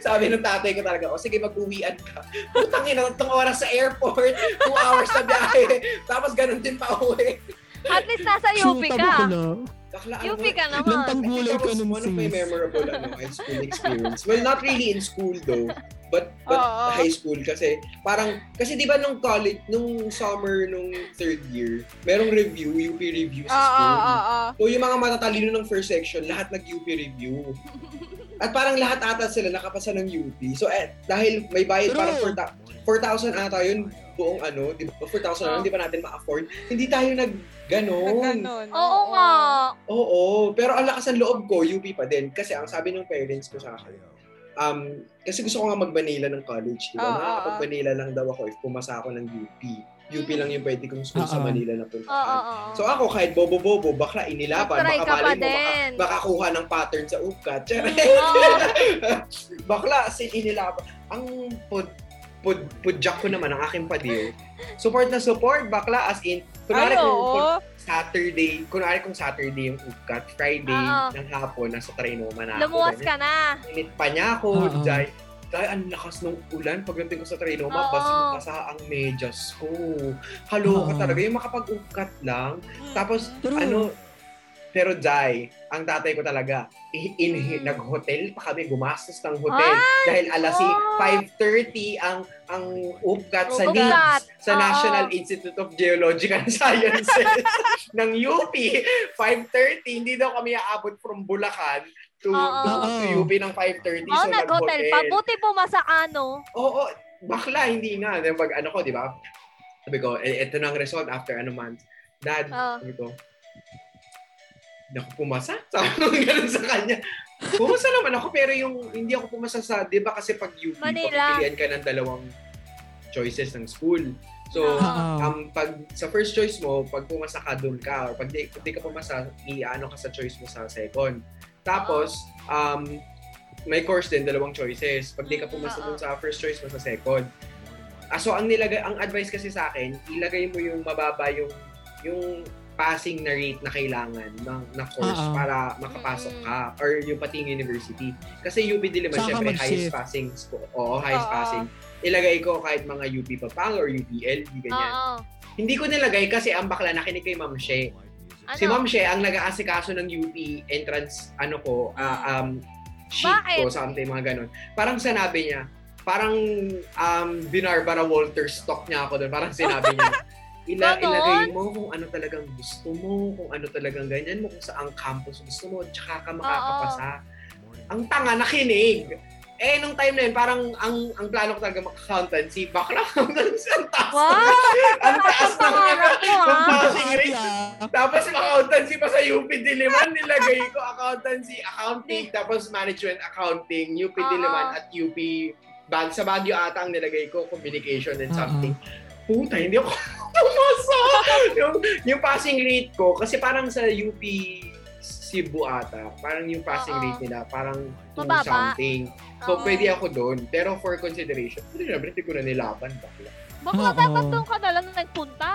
Sabi ng tatay ko talaga, o sige, mag-uwian ka. Putang ina, itong oras sa airport, two hours na biyahe. Tapos ganun din pa uwi. At least nasa UP Shoot, ka. bakla. Bakla, ano, UP ka Nang naman. tanggulay ko nung one of my sis. memorable ano, high school experience. Well, not really in school though. But, but Oo. high school kasi parang kasi 'di ba nung college nung summer nung third year merong review UP review sa Oo, school oo, oo. So, yung mga matatalino ng first section, lahat nag-UP review. At parang lahat ata sila nakapasa ng UP. So, eh, dahil may bayad True. parang 4,000 ata yun, buong ano, di ba? 4,000 na Oh. yun, di ba natin ma-afford? Hindi tayo Nag- nag-ganon. ganun. Oo nga. Oo, pero ang lakas ng loob ko, UP pa din. Kasi ang sabi ng parents ko sa akin, um, kasi gusto ko nga mag-Manila ng college, di ba? Oo, oo, Nakakapag-Manila lang daw ako if pumasa ako ng UP. UP lang yung pwede kong school sa Oo. Manila na punta. Oo, oo, oo. So ah, ako, kahit bobo-bobo, bakla inilaban, Mag-try baka ka pa malay mo, baka, din. baka kuha ng pattern sa UPCAT. Oo. bakla, sin inilaban. Ang pod, pod, podjak ko naman, ang aking padiyo. Support na support, bakla, as in, kunwari Ay, kung, kung oo. Saturday, kunwari kung Saturday yung UPCAT, Friday Oo. ng hapon, nasa Trinoma na ako. Lumuwas ganun. ka na. Init pa niya ako, Oo. Jai. Dahil ang lakas ng ulan, pagdating ko sa Trinoma, Oo. basang-basa ang medyas ko. Halo Oo. ka talaga. Yung makapag-ungkat lang. Mm. Tapos, True. ano, pero Jai, ang tatay ko talaga, i- inhi- Mm. nag-hotel pa kami, gumastos ng hotel. dahil alas si- oh. 5.30 ang ang UPCAT sa Upcat, NIGS, sa oo. National Institute of Geological Sciences ng UP. 5.30, hindi daw kami aabot from Bulacan to, Oo. to, to Oo. UP ng 5.30. Oo, so nag-hotel pa. Buti ano? pumasa ka, no? Oo, bakla, hindi nga. Then pag ano ko, di ba? Sabi ko, e- eto na ang result after ano month. Dad, Oo. sabi ko, naku, pumasa. Sabi ko ganun sa kanya. Pumasa naman ako, pero yung hindi ako pumasa sa, di ba kasi pag UP, Manila. papipilian ka ng dalawang choices ng school. So, Oo. um, pag sa first choice mo, pag pumasa ka, doon ka. Or pag di, di ka pumasa, i-ano ka sa choice mo sa second. Tapos, um, may course din, dalawang choices. Pag di ka pumasa Oo. dun sa first choice mo sa second. Ah, so, ang nilagay, ang advice kasi sa akin, ilagay mo yung mababa yung, yung passing na rate na kailangan ng na course Oo. para makapasok ka or yung pating university. Kasi UP Diliman, Saan ka syempre, mag-shift? highest passing. sco- Oo, highest Oo. passing. Ilagay ko kahit mga UP Papang or UP LB, ganyan. Oo. Hindi ko nilagay kasi ang bakla nakinig kay Ma'am She. Ano? Si Ma'am She ang nag-aasikaso ng UP entrance ano ko, ah, um, sheet ko, Bakit? something mga ganun. Parang sinabi niya, parang um, binarbara Walter stock niya ako doon. Parang sinabi niya, ila Ganon? ilagay mo kung ano talagang gusto mo, kung ano talagang ganyan mo, kung saang campus gusto mo, tsaka ka makakapasa. Ang tanga nakinig. Eh, nung time na yun, parang ang ang plano ko talaga maka-accountancy. Bakla, ang taas. Wow! ang taas Ang ng pangarap ko, ah. ng ha? passing rate. ah. Tapos yung accountancy pa sa UP Diliman, nilagay ko accountancy, accounting, tapos management accounting, UP Oo. Diliman at UP Bag sa Baguio ata ang nilagay ko, communication and Oo. something. Puta, hindi ako tumasa. yung, yung passing rate ko, kasi parang sa UP Cebu ata, parang yung passing Oo. rate nila, parang two Mababa. something. So, Ah. Oo. pwede ako doon. Pero for consideration, hindi na, hindi ko na nilaban. Bakla. Bakla Oo. dapat doon ka na lang nagpunta.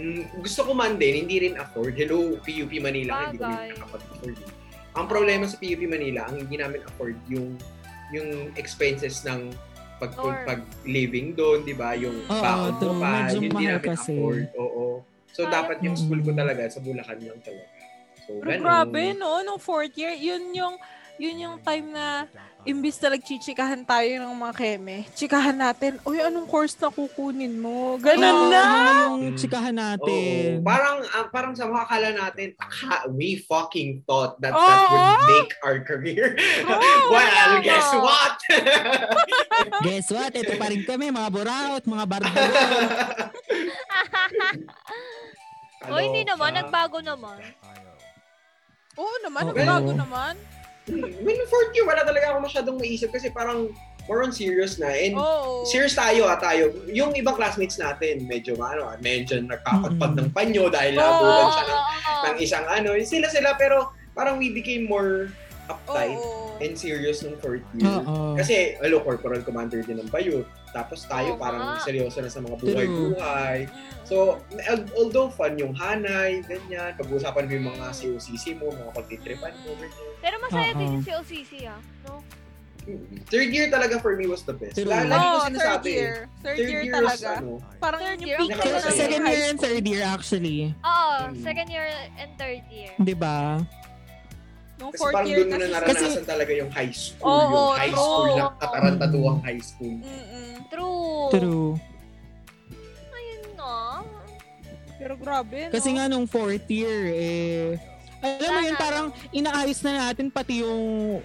Mm, gusto ko man din, hindi rin afford. Hello, PUP Manila, hindi ko Bagay. rin nakapag-afford. Ang problema sa PUP Manila, ang hindi namin afford yung yung expenses ng pag, Or- pag living doon, di ba? Yung Oo, baon mo true. pa, Medyo hindi mahal namin kasi. afford. Oo. So, Sayang. dapat yung school ko Mm. talaga sa Bulacan lang talaga. So, Pero ganun. grabe, no? Nung fourth year, yun yung yun yung time na imbis na nagchichikahan tayo ng mga keme, chikahan natin, uy, anong course na kukunin mo? Ganun Ano na! yung chikahan natin. Oo. Parang ah, parang sa mga akala natin, "Aka- we fucking thought that that Oo. would make our career. Oo, well, Ah! wala guess mo. what? Guess what? Ito pa rin kami, mga buraot, mga barbaro. Ano? o Oh, hindi naman, Kaloka. Diba, nagbago naman. Oo naman, Oo. bago naman. When 40, wala talaga ako masyadong maisip kasi parang more on serious na. And Oh. Oo. serious tayo ah, tayo. Yung ibang classmates natin, medyo ano, ah, medyo nagkakatpad Mm. ng panyo dahil Oo. nabulan siya ng, Oo. ng isang ano. Sila-sila pero parang we became more uptight Oh, Oo. and serious nung 40. Oo. Kasi, alo, corporal commander din ng bayo. Tapos tayo Oo parang nga. seryoso na sa mga buhay-buhay. Mm. So, al- although fun yung hanay, ganyan, pag-uusapan mo yung mga COCC mo, mga pagtitripan mo, ganyan. Pero masaya Oo. din yung COCC, ha? ah, No? Third year talaga for me was the best. True. La- lagi ko Oo, Oh, third sinasabi. eh. year. Third, year, was, talaga. ano, Parang Third yun year, yung peak ang ko Kasi na second ng year high and third year actually. Oo, Mm. second year and third year. Di ba? school. Nung kasi Oh, fourth parang year doon mo na kasi- naranasan talaga yung high school. Oo, yung high school true. na katarantaduhang high school. Mm-mm. True. True. Ayun nga. Pero grabe, no? Kasi nga nung fourth year, eh, alam mo yun, parang inaayos na natin pati yung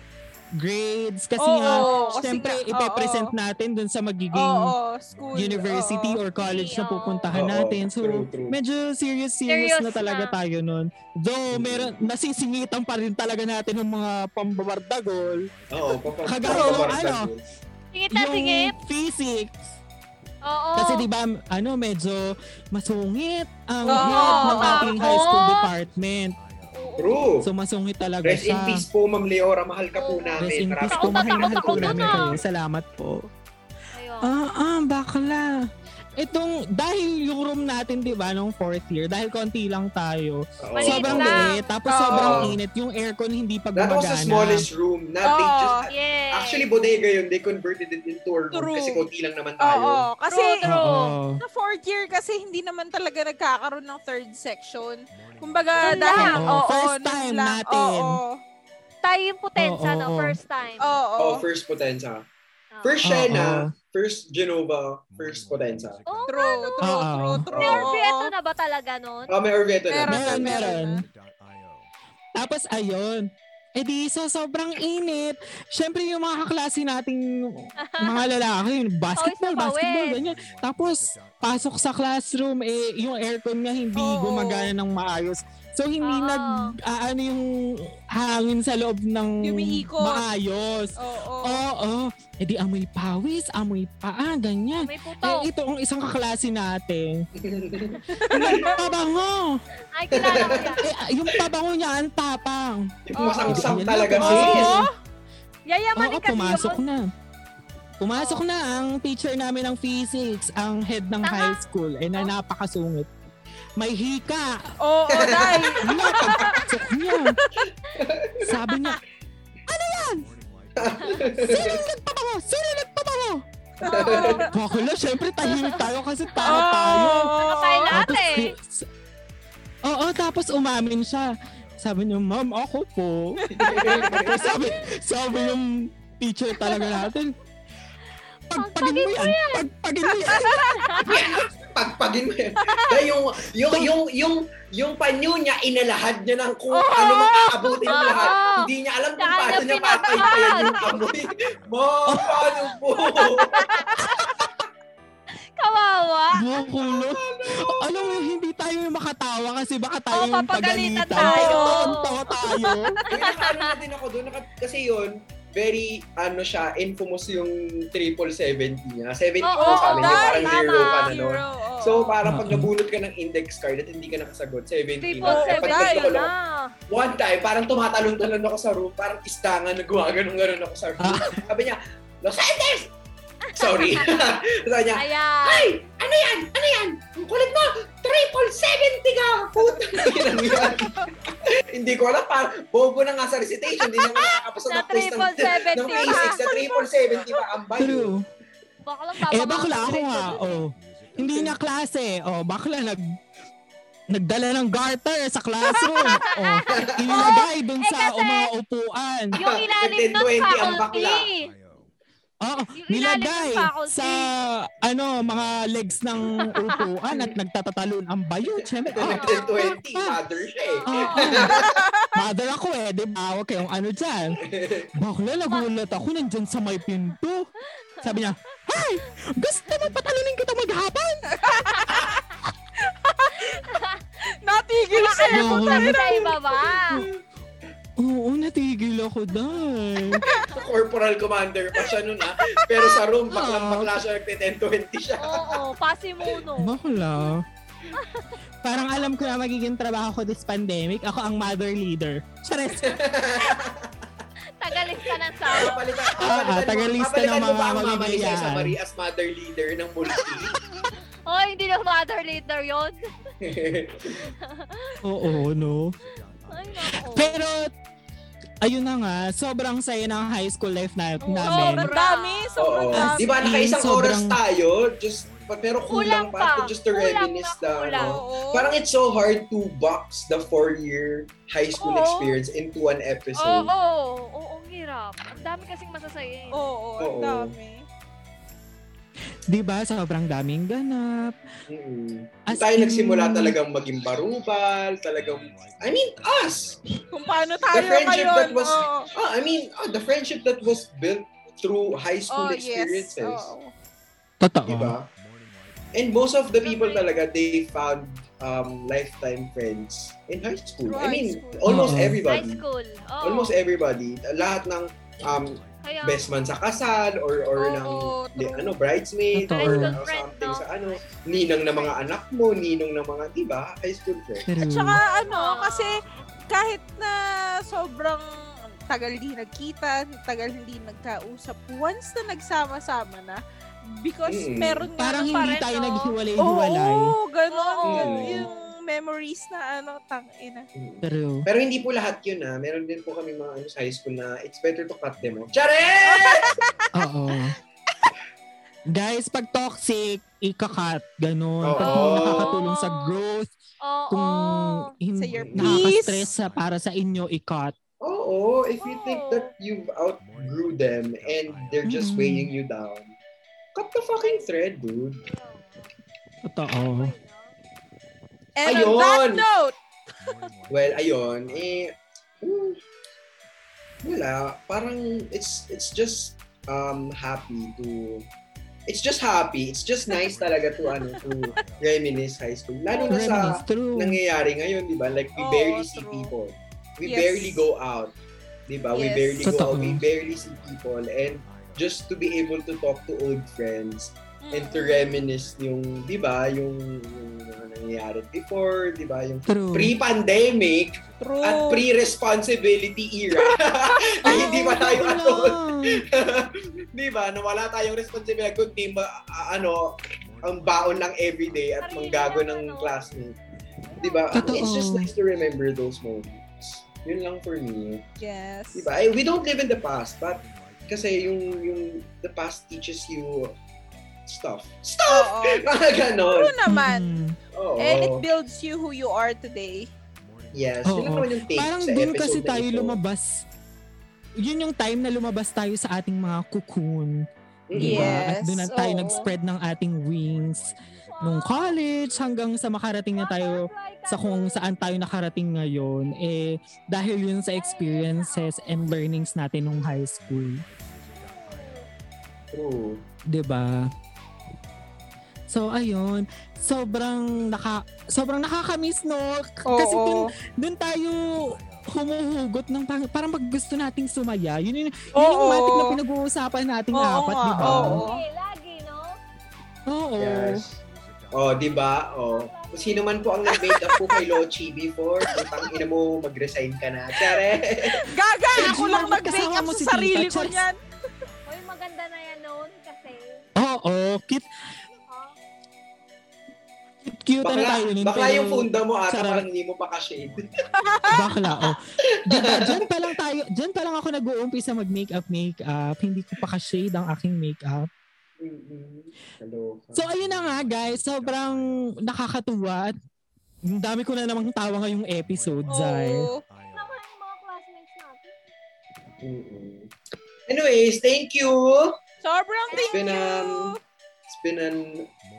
grades. Kasi Oo, nga, kasi syempre, nga, oo. ipepresent natin dun sa magiging Oo, school. university oo. or college na Oo. pupuntahan Oo, natin. So, true, true. medyo serious, serious, Serious na talaga na. tayo nun. Mm. Though, meron, nasisingitan pa rin talaga natin ng mga pambabardagol. Oo, papa- Kagaya, papabarkad ano? yun. Singit na singit. physics. Oo. Kasi di ba ano, medyo masungit ang Oo, head ng oo, ating high school oo. department. True. So, masungit talaga Rest in siya. peace po, Ma'am Leora. Mahal ka po Oo. namin. Rest in peace po. Maraming- Takot na Mahal na takot mahal ako po namin dun, ah. kayo. Salamat po. Ayun. Ah, ah, bakla. Itong, dahil yung room natin, di ba, nung fourth year, dahil konti lang tayo, Oo. Maliit sobrang lang. liit, tapos Oo. sobrang init, yung aircon hindi pa That gumagana. was the smallest room na they Oo. Ah. just... Yes. Actually, bodega yun. They converted it into a room True. kasi konti lang naman Oo, tayo. kasi True, true. Oo. na fourth year kasi hindi naman talaga nagkakaroon ng third section. Kumbaga, Yun dahil, lang. oo, First nun time lang. natin. Oo, Tayo yung potensya, Oo, no? oo. First time. oo. Oh, first Potenza. Oo. Oo. First Shena, first Genova, first Potenza. Oo nga, True, no? true, Oo. true, true. May oo. Orvieto na ba talaga nun? Ah, may Orvieto na. Meron, Meron, meron. Tapos ayun. Eh di, so sobrang init. Siyempre yung mga kaklase nating Um, mga lalaki, basketball, Pawis na basketball, pawis. ganyan. Tapos, pasok sa classroom, eh, yung aircon nga hindi Oo. gumagana ng maayos. So, hindi Oo. nag, aano yung hangin sa loob ng Umiikot. maayos. Oo, Oo. Eh di, amoy pawis, amoy paa, ganyan. May putaw. Eh, ito ang isang kaklase natin. Pabango! Ay, kilala ko yan. Eh, yung pabango niya, ang tapang. Masang-sang Oo. talaga, Oo. sis. Oh, Yayamanin Oo, kasi pumasok yun. na. Pumasok na ang teacher namin ng physics, ang head ng Tama. high school, eh, na napakasungit. May hika. oo, dahil, Wala, pagpasok niya. Sabi niya, sino nagpapango? Sino nagpapango? oo. Bakula, syempre tahimik tayo kasi tao Oh. tayo. Oo. Nakakain lahat Tapos, eh. si- s- Oo, tapos umamin siya. Sabi niya, ma'am, ako po. Tapos sabi, sabi yung teacher talaga natin, pagpagin mo yan, pagpagin mo yan. Pagpagin mo yan. Dahil yung, yung, yung, yung, yung panyo niya, inalahad niya ng kung ano mga aabutin Oo. lahat. Hindi niya alam kung Saan paano niya niya patay pa yan yung pinatahad? amoy. Mo, paano po? Kawawa. Bukulo. Alam mo, hindi tayo makatawa kasi baka tayo Oo, yung papagalitan pagalitan. tayo. Tonto tayo. Ay, nakaano na din ako doon. Naka- kasi yun, very, ano siya, infamous yung triple 70 niya. 70 Oo, po sa amin. dahil, Yung parang zero tama. pa na noon. Zero, oo. So, parang pag Oo. nabunot ka ng index card at hindi ka nakasagot, 70 Triple na. Eh, seven pag ganito yun ah. ko na. lang, One time, parang tumatalon-talon ako sa room, parang istangan, nagawa ganun-ganun ako sa room. Sabi niya, Los Angeles! Sorry. Sabi niya, Ayan. ay! Ano yan? Ano yan? Ang kulit mo! Triple 70 ka! Puta na yan. Hindi ko alam, parang bobo na nga sa recitation. Hindi na nga nakakapasa Sa ng quiz ng, triple seven, ng di ba? basics. Sa triple 70 pa ang bayo. True. Baka lang baba Eh, bakla ako mga- ha. Oh. Hindi na klase. Oh, bakla nag nagdala ng garter sa classroom. oh, inilagay dun eh, sa kasi- mga upuan. Yung ilalim ng 10-20 ang bakla. faculty. Oo, Yung nilagay ilalim ng faculty. sa ano mga legs ng upuan at nagtatatalon ang bayo. Siyempre, ah, ah, Nag-10-20, ah, ah. mother siya eh. Oo. Mother ako eh, di ba? Huwag kayong ano dyan. Bakla, nagulat ako nandyan sa may pinto. Sabi niya, Hi! Gusto mo patalunin kita maghapon? Natigil siya. Akala ko Oo. sabi sa ibaba. Oo, natigil ako dahil. Corporal commander pa siya nun ah. Pero sa room, Ah. baklang-bakla siya, nag-10-20 siya. Oo, pasimuno. Bakla. Parang alam ko na magiging trabaho ko this pandemic. Ako ang mother leader. Charest. Tagalis ka ng Ah, sahod. Papalitan, Ah, papalitan, tagalista papalitan ng mo mga ba ang mama ni mamimigay. Cesar Marie as mother leader ng multi? Oh, hindi na mother leader yun. Oo, no? Ay, nako. Pero, ayun na nga, sobrang saya ng high school life na, Oo, namin. Sobrang dami, sobrang Oo. dami. Di ba, nakaisang Sobrang- oras tayo, just, pa- pero kulang, Kulang pa, pa. just to Kulang reminisce na the, kulang. ano. Oo. Parang it's so hard to box the four-year high school Oo. experience into one Oo, episode. oo, Oh, oo, ang hirap. Ang dami kasing masasaya. eh. Oo, ang Oo. dami. 'Di ba? Sobrang daming ganap. Mm-mm. As Tayo in- nagsimula talagang maging barubal, talagang, I mean, us! Kung paano tayo friendship ngayon. that was- oo. Ah, I mean, ah, the friendship that was built through high school Oh, yes. experiences. Oo. Totoo. Diba? And most of the people talaga, they found um, lifetime friends in high school. Through I high mean, school. Oo. almost High everybody. school. Oh. Almost everybody. Lahat ng um, Kaya, best man sa kasal or or Oo, ng true. di- ano bridesmaid Totoo. or High school friend, something no? sa ano ninang ng mga anak mo ninong ng mga iba high school friend True. At saka ano, Ah. kasi kahit na sobrang tagal hindi nagkita, tagal hindi nagkausap, once na nagsama-sama na, because Mm. meron nga Parang Ganun pa hindi rin, tayo no? naghiwalay-hiwalay. Oo, ganun. Oo. Yun, Yung memories na ano, tangina. Mm. True. pero hindi po lahat yun ah meron din po kami mga ano sa high school na it's better to cut them off Charet! Oo. Guys, pag toxic, ikakat. Ganon. Pag Oo. nakakatulong sa growth, Oo. kung Sa hindi your nakaka-stress peace. sa para sa inyo, ikat. oo if you think Oo. that you've outgrew them and they're just Mm. weighing you down cut the fucking thread dude Totoo. And Ayun! on that note, Well, ayun, eh, mm, wala, parang, it's, it's just, um, happy to, it's just happy, it's just nice talaga to, ano, to reminisce high school. Lalo na sa Reminisce, true. nangyayari ngayon, di ba? Like, we Oo, barely see true. people. We Yes. barely go out. Di ba? We Yes. barely go Totoo. out. We barely see people. And just to be able to talk to old friends, and to reminisce yung, di ba, yung, yung mga nangyayari before, di ba, yung True. pre-pandemic true. Oh. at pre-responsibility era na hindi pa tayo Wala. adult. ano di ba, na wala tayong responsibility kundi ma- a- ano, ang baon lang everyday at manggago ng classmate. Di ba? Totoo. It's just nice to remember those moments. Yun lang for me. yes. Di ba? Eh, We don't live in the past, but kasi yung, yung the past teaches you stuff. Stuff! Oo. Mga ganon. True Mm. naman. Oo. And it builds you who you are today. Yes. Oo. Yun lang naman yung take Parang sa dun episode kasi na tayo ito. lumabas. Yun yung time na lumabas tayo sa ating mga cocoon. Mm. Diba? At Yes, doon na tayo oo. nag-spread ng ating wings nung college hanggang sa makarating na tayo sa kung saan tayo nakarating ngayon eh dahil yun sa experiences and learnings natin nung high school, 'True. 'di ba? So ayun, sobrang naka sobrang nakakamiss no K- kasi dun, Oo. dun tayo humuhugot ng pang- parang pag gusto nating sumaya. Yun, yun, yun yung Oo. matik na pinag-uusapan nating Oo apat, nga, 'di ba? oo. Eh, lagi, no? Oo. Yes. Oh, di ba? Oh. Kung sino man po ang nag-made up po kay Lochi before, putang ina mo, mag-resign ka na. Tiyare! Gaga, Eh, ako sumama lang ka, mag-make sama up mo si sa Tita sarili ko Charles. niyan. Uy, maganda na yan noon kasi. Oo, cute Oh, cute na tayo Bakla, nun. bakla pero- yung funda mo ata, Sarap. parang hindi mo pa ka-shade. Bakla, oh. Diba, dyan pa lang tayo, dyan pa lang ako nag-uumpisa mag-makeup, makeup. Hindi ko pa ka-shade ang aking makeup. Mm-mm. Hello. So, ayun na nga, guys. Sobrang nakakatuwa. at Ang dami ko na namang tawa ngayong episode, Zay. Oo. naman yung mga classmates natin. Mm-mm. Anyways, thank you! Sobrang It's been, thank you. um, it's been an,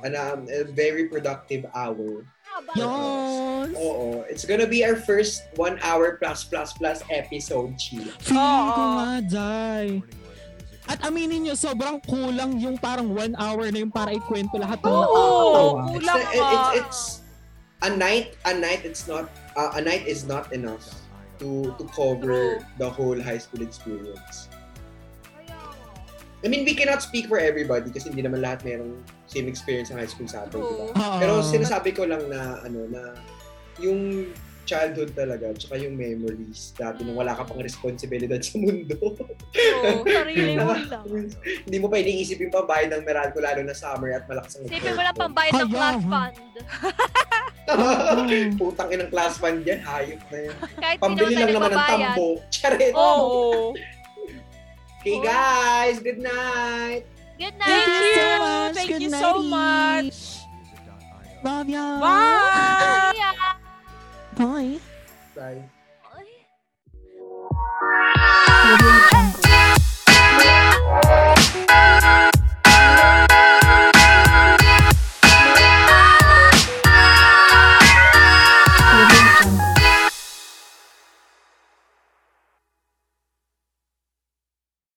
an, um, a very productive hour. Haba. Yun. Oo. It's gonna be our first one hour plus plus plus episode, Chi. Feeling ko Oo. nga, Zay. At aminin nyo, sobrang kulang yung parang one hour na yung para ikwento lahat ng Oo. nakakatawa. It's, Kulang not- ah. it- it's, ka. it's a night, a night it's not, uh, a night is not enough to to cover the whole high school experience. Kaya, I mean, we cannot speak for everybody kasi hindi naman lahat merong same experience ng high school sa atin. True. Diba? Oo. Pero sinasabi ko lang na ano na yung childhood talaga tsaka yung memories dati nung wala ka pang responsibilidad sa mundo. True. Sarili Diba? mo lang. hindi mo pa iniisip yung pambayad ng meral ko lalo na summer at malakas ang Sipin mo lang pambayad ng Ayaw. class fund. Putang inang class fund yan, hayop na yan. Kahit hindi Pambili lang naman ng nagbabayad. tambo. Charit. Oo. Okay guys, good night. Good Thank night. you so much. Thank Good you so nighty. much. Love ya. Bye. Bye. Bye. Bye. Bye.